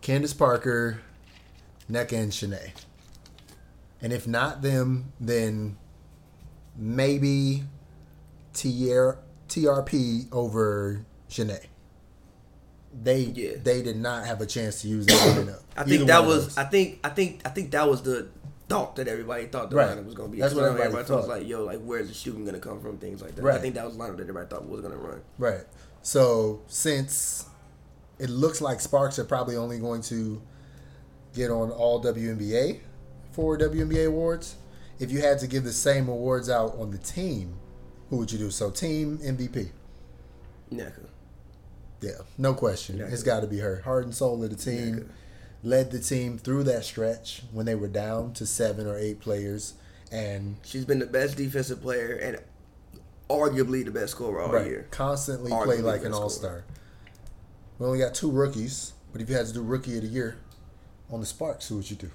Speaker 1: Candace Parker, NECA, and Shanae. And if not them, then maybe TR, TRP over Shanae. They
Speaker 2: Yeah.
Speaker 1: they did not have a chance to use that lineup.
Speaker 2: I
Speaker 1: Either
Speaker 2: think that
Speaker 1: one of
Speaker 2: was.
Speaker 1: those.
Speaker 2: I think. I think. I think that was the thought that everybody thought the
Speaker 1: Right.
Speaker 2: lineup was going to be.
Speaker 1: That's what
Speaker 2: So everybody,
Speaker 1: everybody
Speaker 2: thought. was
Speaker 1: thought.
Speaker 2: like, yo, like where's the shooting going to come from? Things like that. I
Speaker 1: Right.
Speaker 2: think that was the lineup that everybody thought was going to run.
Speaker 1: Right. So since it looks like Sparks are probably only going to get on all WNBA for WNBA awards, if you had to give the same awards out on the team, who would you do? So team MVP.
Speaker 2: NECA.
Speaker 1: Yeah, no question.
Speaker 2: Neka.
Speaker 1: It's got to be her. Heart and soul of the team. Led the team through that stretch when they were down to seven or eight players. And
Speaker 2: She's been the best defensive player and arguably the best scorer all
Speaker 1: Right.
Speaker 2: year.
Speaker 1: Constantly
Speaker 2: Arguably
Speaker 1: play like an
Speaker 2: best
Speaker 1: all star. We only got two rookies, but if you had to do rookie of the year on the Sparks, who would you do?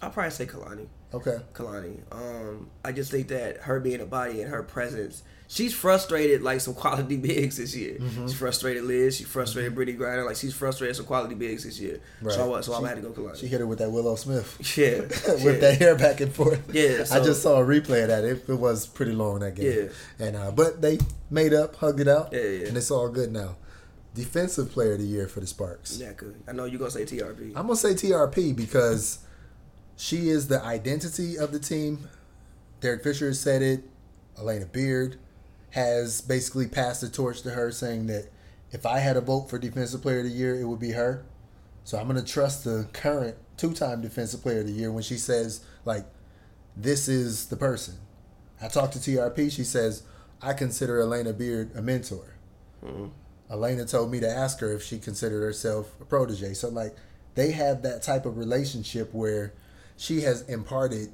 Speaker 2: I'll probably say Kalani.
Speaker 1: Okay.
Speaker 2: Kalani. Um, I just think that her being a body and her presence, she's frustrated like some quality bigs this year.
Speaker 1: Mm-hmm.
Speaker 2: She's frustrated Liz. She frustrated Brittany Griner. Like she's frustrated some quality bigs this year. So I, so I
Speaker 1: She-
Speaker 2: had to go Kalani.
Speaker 1: She hit her with that Willow Smith.
Speaker 2: yeah,
Speaker 1: With
Speaker 2: yeah.
Speaker 1: that hair back and forth.
Speaker 2: Yeah,
Speaker 1: I
Speaker 2: so-
Speaker 1: just saw a replay of that. It, it was pretty long that game. And uh, but they made up, hugged it out,
Speaker 2: Yeah, yeah.
Speaker 1: and it's all good now. defensive player of the year for the Sparks.
Speaker 2: Yeah, good. I know you're gonna say TRP.
Speaker 1: I'm gonna say TRP because she is the identity of the team. Derek Fisher has said it. Elena Beard has basically passed the torch to her, saying that if I had a vote for defensive player of the year, it would be her. So I'm gonna trust the current two-time defensive player of the year when she says like, "This is the person." I talked to TRP. She says I consider Elena Beard a mentor. Elena told me to ask her if she considered herself a protege. So like they have that type of relationship where she has imparted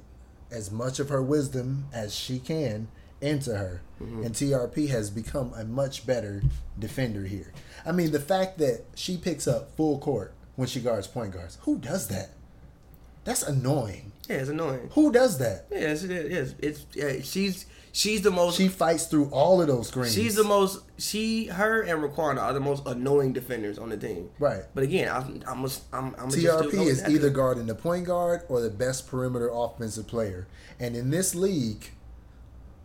Speaker 1: as much of her wisdom as she can into her.
Speaker 2: Mm-hmm.
Speaker 1: And TRP has become a much better defender here. I mean the fact that she picks up full court when she guards point guards. Who does that? That's annoying.
Speaker 2: Yeah, it's annoying.
Speaker 1: Who does that?
Speaker 2: Yes, it is. Yes, it's yeah, she's she's the most
Speaker 1: She fights through all of those screens.
Speaker 2: she's the most she her and Raquana are the most annoying defenders on the team.
Speaker 1: Right.
Speaker 2: But again, I'm I'm a, I'm, I'm a just do-
Speaker 1: TRP is
Speaker 2: I do-
Speaker 1: either guarding the point guard or the best perimeter offensive player. And in this league,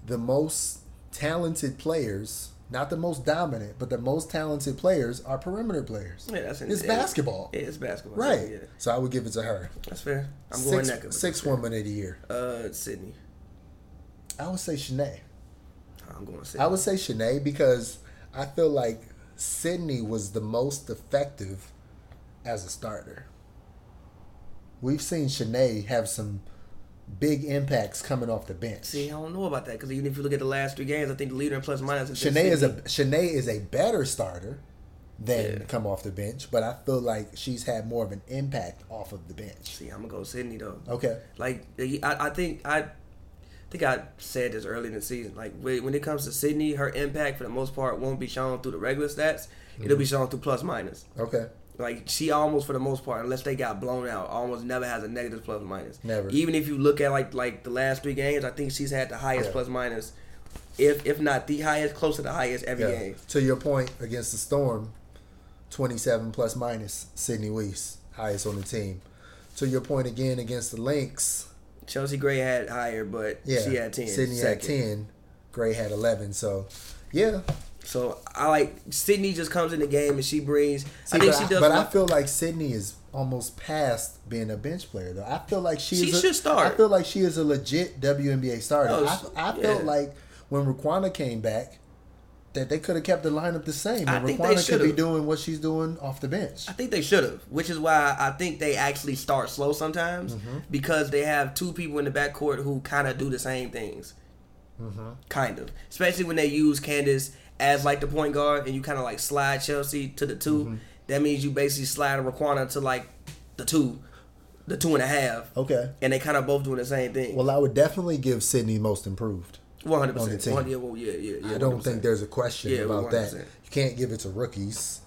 Speaker 1: the most talented players, not the most dominant, but the most talented players are perimeter players.
Speaker 2: yeah, that's
Speaker 1: it's basketball.
Speaker 2: Yeah, it's basketball.
Speaker 1: right.
Speaker 2: Yeah,
Speaker 1: So I would give it to her.
Speaker 2: that's fair. I'm going
Speaker 1: Six,
Speaker 2: neck of
Speaker 1: six women of the year.
Speaker 2: Uh, Sydney.
Speaker 1: I would say Shanae.
Speaker 2: I'm going Sydney.
Speaker 1: I would say Shanae because I feel like Sydney was the most effective as a starter. We've seen Shanae have some big impacts coming off the bench.
Speaker 2: See, I don't know about that because even if you look at the last three games, I think the leader in plus minus is
Speaker 1: Shanae is a
Speaker 2: Sydney.
Speaker 1: Shanae is a better starter than
Speaker 2: Yeah.
Speaker 1: come off the bench, but I feel like she's had more of an impact off of the bench.
Speaker 2: See, I'm gonna go Sydney though.
Speaker 1: Okay.
Speaker 2: Like I, I think I think I said this early in the season. Like when when it comes to Sydney, her impact for the most part won't be shown through the regular stats. It'll be
Speaker 1: Mm-hmm.
Speaker 2: shown through plus minus.
Speaker 1: Okay.
Speaker 2: Like she almost for the most part, unless they got blown out, almost never has a negative plus minus.
Speaker 1: Never.
Speaker 2: Even if you look at like like the last three games, I think she's had the highest
Speaker 1: Yeah.
Speaker 2: plus minus, if if not the highest, close to the highest every
Speaker 1: Yeah.
Speaker 2: game.
Speaker 1: To your point against the Storm, 27 plus minus Sydney Weiss, highest on the team. To your point again against the Lynx,
Speaker 2: Chelsea Gray had higher, but
Speaker 1: Yeah,
Speaker 2: she had ten.
Speaker 1: Sydney
Speaker 2: second.
Speaker 1: had ten. Gray had eleven. So, yeah.
Speaker 2: So I like Sydney just comes in the game and she brings. I
Speaker 1: See,
Speaker 2: think
Speaker 1: but
Speaker 2: she
Speaker 1: I-
Speaker 2: does.
Speaker 1: but
Speaker 2: one-
Speaker 1: I feel like Sydney is almost past being a bench player, though. I feel like she,
Speaker 2: She
Speaker 1: is a-
Speaker 2: should start.
Speaker 1: I feel like she is a legit WNBA starter.
Speaker 2: No,
Speaker 1: I,
Speaker 2: she-
Speaker 1: I
Speaker 2: yeah.
Speaker 1: felt like when Raquana came back, that they could have kept the lineup the same,
Speaker 2: I
Speaker 1: and
Speaker 2: think they
Speaker 1: Raquana could be
Speaker 2: should've.
Speaker 1: doing what she's doing off the bench.
Speaker 2: I think they should have, which is why I think they actually start slow sometimes
Speaker 1: Mm-hmm.
Speaker 2: because they have two people in the backcourt who kind of do the same things.
Speaker 1: Mm-hmm.
Speaker 2: Kind of. Especially when they use Candace as like the point guard and you kind of like slide Chelsea to the 2
Speaker 1: Mm-hmm.
Speaker 2: That means you basically slide Raquana to like the two, the two and a half.
Speaker 1: Okay.
Speaker 2: And they kind of both doing the same thing.
Speaker 1: Oh. Well, I would definitely give Sydney most improved.
Speaker 2: 100%.
Speaker 1: on the team.
Speaker 2: One- yeah, well, yeah, yeah, yeah,
Speaker 1: I don't
Speaker 2: 100%.
Speaker 1: think there's a question
Speaker 2: Yeah,
Speaker 1: about that.
Speaker 2: 100%.
Speaker 1: You can't give it to rookies.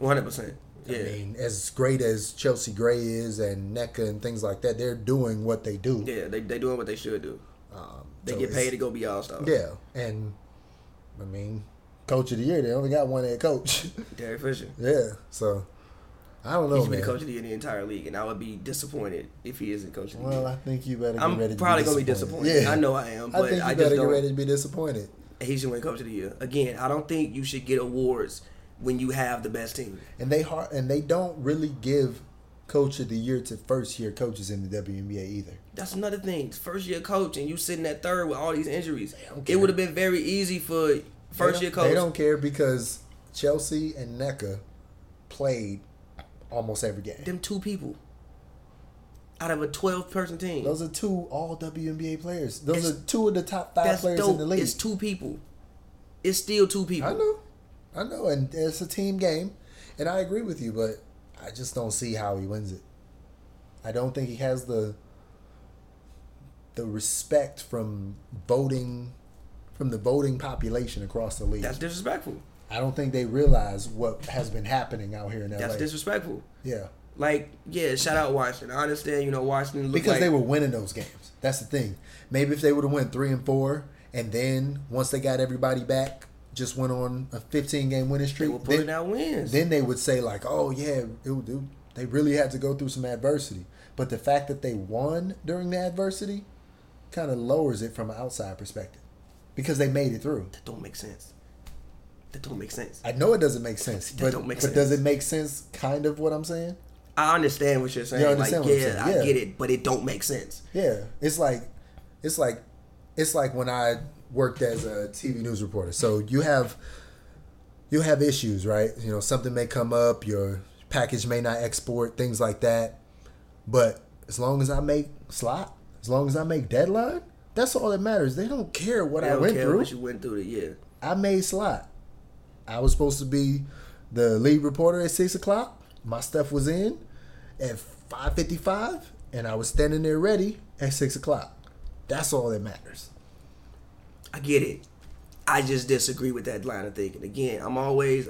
Speaker 2: 100%. Yeah.
Speaker 1: I mean, as great as Chelsea Gray is and NECA and things like that, they're doing what they do.
Speaker 2: yeah, they they doing what they should do.
Speaker 1: Um,
Speaker 2: They
Speaker 1: so
Speaker 2: get
Speaker 1: it's-
Speaker 2: paid to go be all star.
Speaker 1: Yeah, and I mean, coach of the year, they only got one head coach.
Speaker 2: Derek Fisher.
Speaker 1: yeah, so I don't know,
Speaker 2: He's been
Speaker 1: Oh, man.
Speaker 2: the coach of the year the entire league, and I would be disappointed if he isn't coach of the
Speaker 1: Well,
Speaker 2: year.
Speaker 1: I think you better. Get
Speaker 2: I'm
Speaker 1: ready to
Speaker 2: probably
Speaker 1: be
Speaker 2: gonna be disappointed.
Speaker 1: Yeah,
Speaker 2: I know I am,
Speaker 1: I
Speaker 2: but
Speaker 1: think you
Speaker 2: I just
Speaker 1: better
Speaker 2: don't.
Speaker 1: get ready to be disappointed.
Speaker 2: He should win coach of the year again. I don't think you should get awards when you have the best team.
Speaker 1: And they har- and they don't really give coach of the year to first year coaches in the WNBA either.
Speaker 2: That's another thing. First year coach, and you sitting at third with all these injuries.
Speaker 1: don't
Speaker 2: It
Speaker 1: care.
Speaker 2: would have been very easy for
Speaker 1: They
Speaker 2: first
Speaker 1: don't-
Speaker 2: year coach.
Speaker 1: They don't care because Chelsea and NECA played almost every game.
Speaker 2: Them two people out of a twelve person team.
Speaker 1: Those are two all WNBA players. Those
Speaker 2: It's-
Speaker 1: are two of the top five
Speaker 2: That's
Speaker 1: players
Speaker 2: dope.
Speaker 1: in the league.
Speaker 2: It's two people. It's still two people.
Speaker 1: I know, I know, and it's a team game, and I agree with you, but I just don't see how he wins it. I don't think he has the the respect from voting from the voting population across the league.
Speaker 2: That's disrespectful.
Speaker 1: I don't think they realize what has been happening out here in LA.
Speaker 2: That's disrespectful.
Speaker 1: yeah.
Speaker 2: Like, yeah, shout out Washington. I understand, you know, Washington looked
Speaker 1: because
Speaker 2: like,
Speaker 1: they were winning those games. That's the thing. Maybe if they would have went three and four, and then once they got everybody back, just went on a 15 game winning
Speaker 2: they
Speaker 1: streak.
Speaker 2: were pulling
Speaker 1: then,
Speaker 2: out wins.
Speaker 1: then they would say like, "Oh yeah, it would do." They really had to go through some adversity, but the fact that they won during the adversity kind of lowers it from an outside perspective because they made it through.
Speaker 2: that don't make sense. that don't make sense.
Speaker 1: I know it doesn't make sense,
Speaker 2: That
Speaker 1: but,
Speaker 2: don't make
Speaker 1: but does
Speaker 2: sense.
Speaker 1: it make sense? Kind of what I'm saying.
Speaker 2: I understand what you're saying.
Speaker 1: You understand
Speaker 2: like,
Speaker 1: what I'm
Speaker 2: yeah,
Speaker 1: saying, yeah.
Speaker 2: I get it, but it don't make sense.
Speaker 1: Yeah, it's like, it's like, it's like when I worked as a TV news reporter. So you have, you have issues, right? You know, something may come up, your package may not export, things like that. But as long as I make slot, as long as I make deadline, that's all that matters. They don't care what
Speaker 2: They
Speaker 1: I
Speaker 2: don't
Speaker 1: went
Speaker 2: care
Speaker 1: through.
Speaker 2: what you went through. The year.
Speaker 1: I made slot. I was supposed to be the lead reporter at six o'clock. My stuff was in at five fifty-five, and I was standing there ready at six o'clock. That's all that matters.
Speaker 2: I get it. I just disagree with that line of thinking. Again, I'm always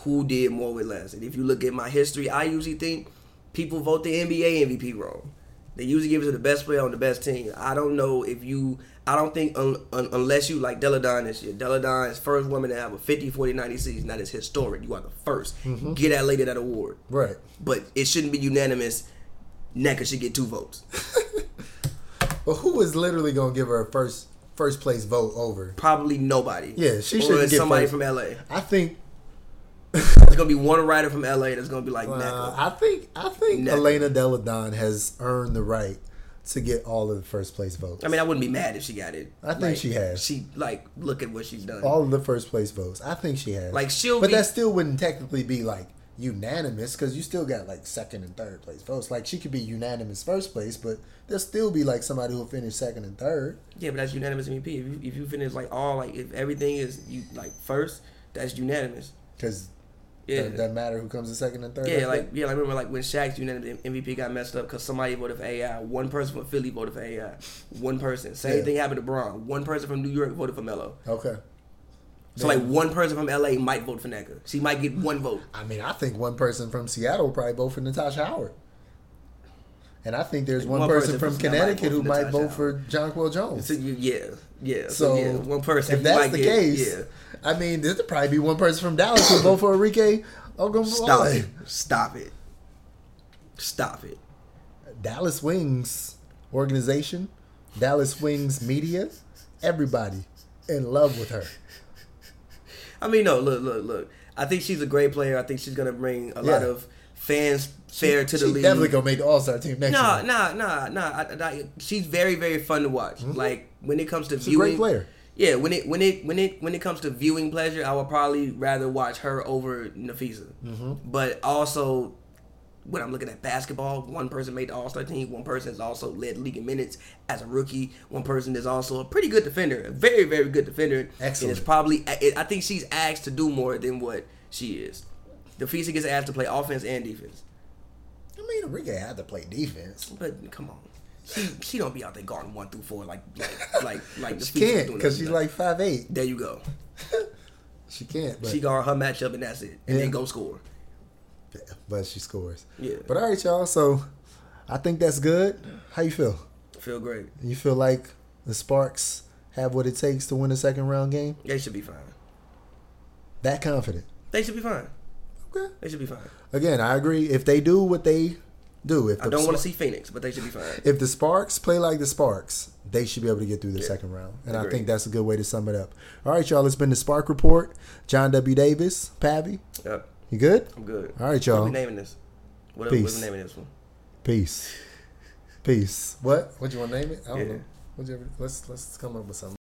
Speaker 2: who did more with less. And if you look at my history, I usually think people vote the NBA MVP wrong. They usually give it to the best player on the best team. I don't know if you. I don't think un, un, unless you like Deladon this year. Deladon is first woman to have a 50, 40, 90 season. That is historic. You are the 1st
Speaker 1: Mm-hmm.
Speaker 2: Get that lady that award.
Speaker 1: Right.
Speaker 2: But it shouldn't be unanimous. Necker should get two votes.
Speaker 1: But who is literally gonna give her a first first place vote over?
Speaker 2: Probably nobody.
Speaker 1: Yeah, she
Speaker 2: Or
Speaker 1: shouldn't
Speaker 2: it's
Speaker 1: get
Speaker 2: somebody
Speaker 1: first.
Speaker 2: from LA.
Speaker 1: I think.
Speaker 2: There's gonna be one writer from LA that's gonna be like,
Speaker 1: Uh,
Speaker 2: Necker.
Speaker 1: I think. I think
Speaker 2: Never.
Speaker 1: Elena Deladon has earned the right to get all of the first place votes.
Speaker 2: I mean, I wouldn't be mad if she got it.
Speaker 1: I think
Speaker 2: Like,
Speaker 1: she has.
Speaker 2: She like look at what she's done.
Speaker 1: all of the first place votes. I think she has.
Speaker 2: Like, she'll
Speaker 1: but
Speaker 2: be-
Speaker 1: that still wouldn't technically be like unanimous because you still got like second and third place votes. Like she could be unanimous first place, but there'll still be like somebody who'll finish second and third.
Speaker 2: yeah, but that's unanimous MVP. If you, if you finish like all like if everything is you like first, that's unanimous.
Speaker 1: Because
Speaker 2: Yeah.
Speaker 1: it doesn't matter who comes in second and third.
Speaker 2: yeah,
Speaker 1: after
Speaker 2: like yeah, like remember like when Shaq's unanimous MVP got messed up because somebody voted for AI. One person from Philly voted for AI. One person. Same
Speaker 1: Yeah.
Speaker 2: thing happened to Braun. One person from New York voted for Melo.
Speaker 1: that? okay.
Speaker 2: So
Speaker 1: Yeah.
Speaker 2: like one person from LA might vote for Necker. She might get one vote.
Speaker 1: I mean, I think one person from Seattle will probably vote for Natasha Howard. And I think there's one,
Speaker 2: One
Speaker 1: person,
Speaker 2: person
Speaker 1: from
Speaker 2: from Seattle might
Speaker 1: Connecticut
Speaker 2: vote
Speaker 1: who
Speaker 2: for
Speaker 1: might
Speaker 2: Natasha
Speaker 1: vote for Jonquil Jones.
Speaker 2: So you, yeah, yeah.
Speaker 1: So,
Speaker 2: So, yeah, one person.
Speaker 1: If
Speaker 2: you
Speaker 1: that's
Speaker 2: might
Speaker 1: the
Speaker 2: get-
Speaker 1: case,
Speaker 2: yeah.
Speaker 1: I mean, there'd probably be one person from Dallas who'll vote for Enrique
Speaker 2: Stop
Speaker 1: Ogunbowale.
Speaker 2: it. Stop it. Stop it.
Speaker 1: Dallas Wings organization, Dallas Wings media, everybody in love with her.
Speaker 2: I mean, no, look, look, look. I think she's a great player. I think she's gonna bring a lot
Speaker 1: Yeah.
Speaker 2: of fans fair to the
Speaker 1: She
Speaker 2: league.
Speaker 1: definitely gonna make the All Star team next
Speaker 2: Nah,
Speaker 1: year. Mm-hmm.
Speaker 2: nah, nah, nah. I, I- I- she's very, very fun to watch. Like when it comes to
Speaker 1: a great
Speaker 2: viewing,
Speaker 1: player.
Speaker 2: Yeah, when it when it when it when it comes to viewing pleasure, I would probably rather watch her over Nafisa.
Speaker 1: Mm-hmm.
Speaker 2: But also, when I'm looking at basketball, one person made the All Star team. One person has also led league in minutes as a rookie. One person is also a pretty good defender, a very, very good defender. And
Speaker 1: Excellent.
Speaker 2: it's probably I I think she's asked to do more than what she is. Nafisa gets asked to play offense and defense.
Speaker 1: I mean, Enrique had to play defense.
Speaker 2: But come on, she she don't be out there guarding one through four like like like like the
Speaker 1: She
Speaker 2: Phoenix
Speaker 1: can't
Speaker 2: doing
Speaker 1: because
Speaker 2: that.
Speaker 1: she's like five eight.
Speaker 2: there you go.
Speaker 1: She can't. But
Speaker 2: She guard her matchup and that's it, and
Speaker 1: Yeah.
Speaker 2: then go score.
Speaker 1: but she scores.
Speaker 2: Yeah.
Speaker 1: But all right, y'all. So I think that's good. How you feel?
Speaker 2: Feel great.
Speaker 1: You feel like the Sparks have what it takes to win a second round game?
Speaker 2: They should be fine.
Speaker 1: That confident?
Speaker 2: They should be fine.
Speaker 1: Okay.
Speaker 2: They should be fine.
Speaker 1: Again, I agree. If they do what they do, if
Speaker 2: I
Speaker 1: the
Speaker 2: don't
Speaker 1: Spar-
Speaker 2: want to see Phoenix, but they should be fine.
Speaker 1: if the Sparks play like the Sparks, they should be able to get through the second round. And I
Speaker 2: Agreed.
Speaker 1: think that's a good way to sum it up. All right, y'all. It's been the Spark Report. John W. Davis, Pavi,
Speaker 2: Yep,
Speaker 1: you good?
Speaker 2: I'm good.
Speaker 1: All right,
Speaker 2: What
Speaker 1: y'all.
Speaker 2: we naming this? What, what we
Speaker 1: Peace.
Speaker 2: naming this one?
Speaker 1: Peace. Peace. What? What you want to name it? I don't
Speaker 2: Yeah.
Speaker 1: know. What'd you ever, let's let's come up with something.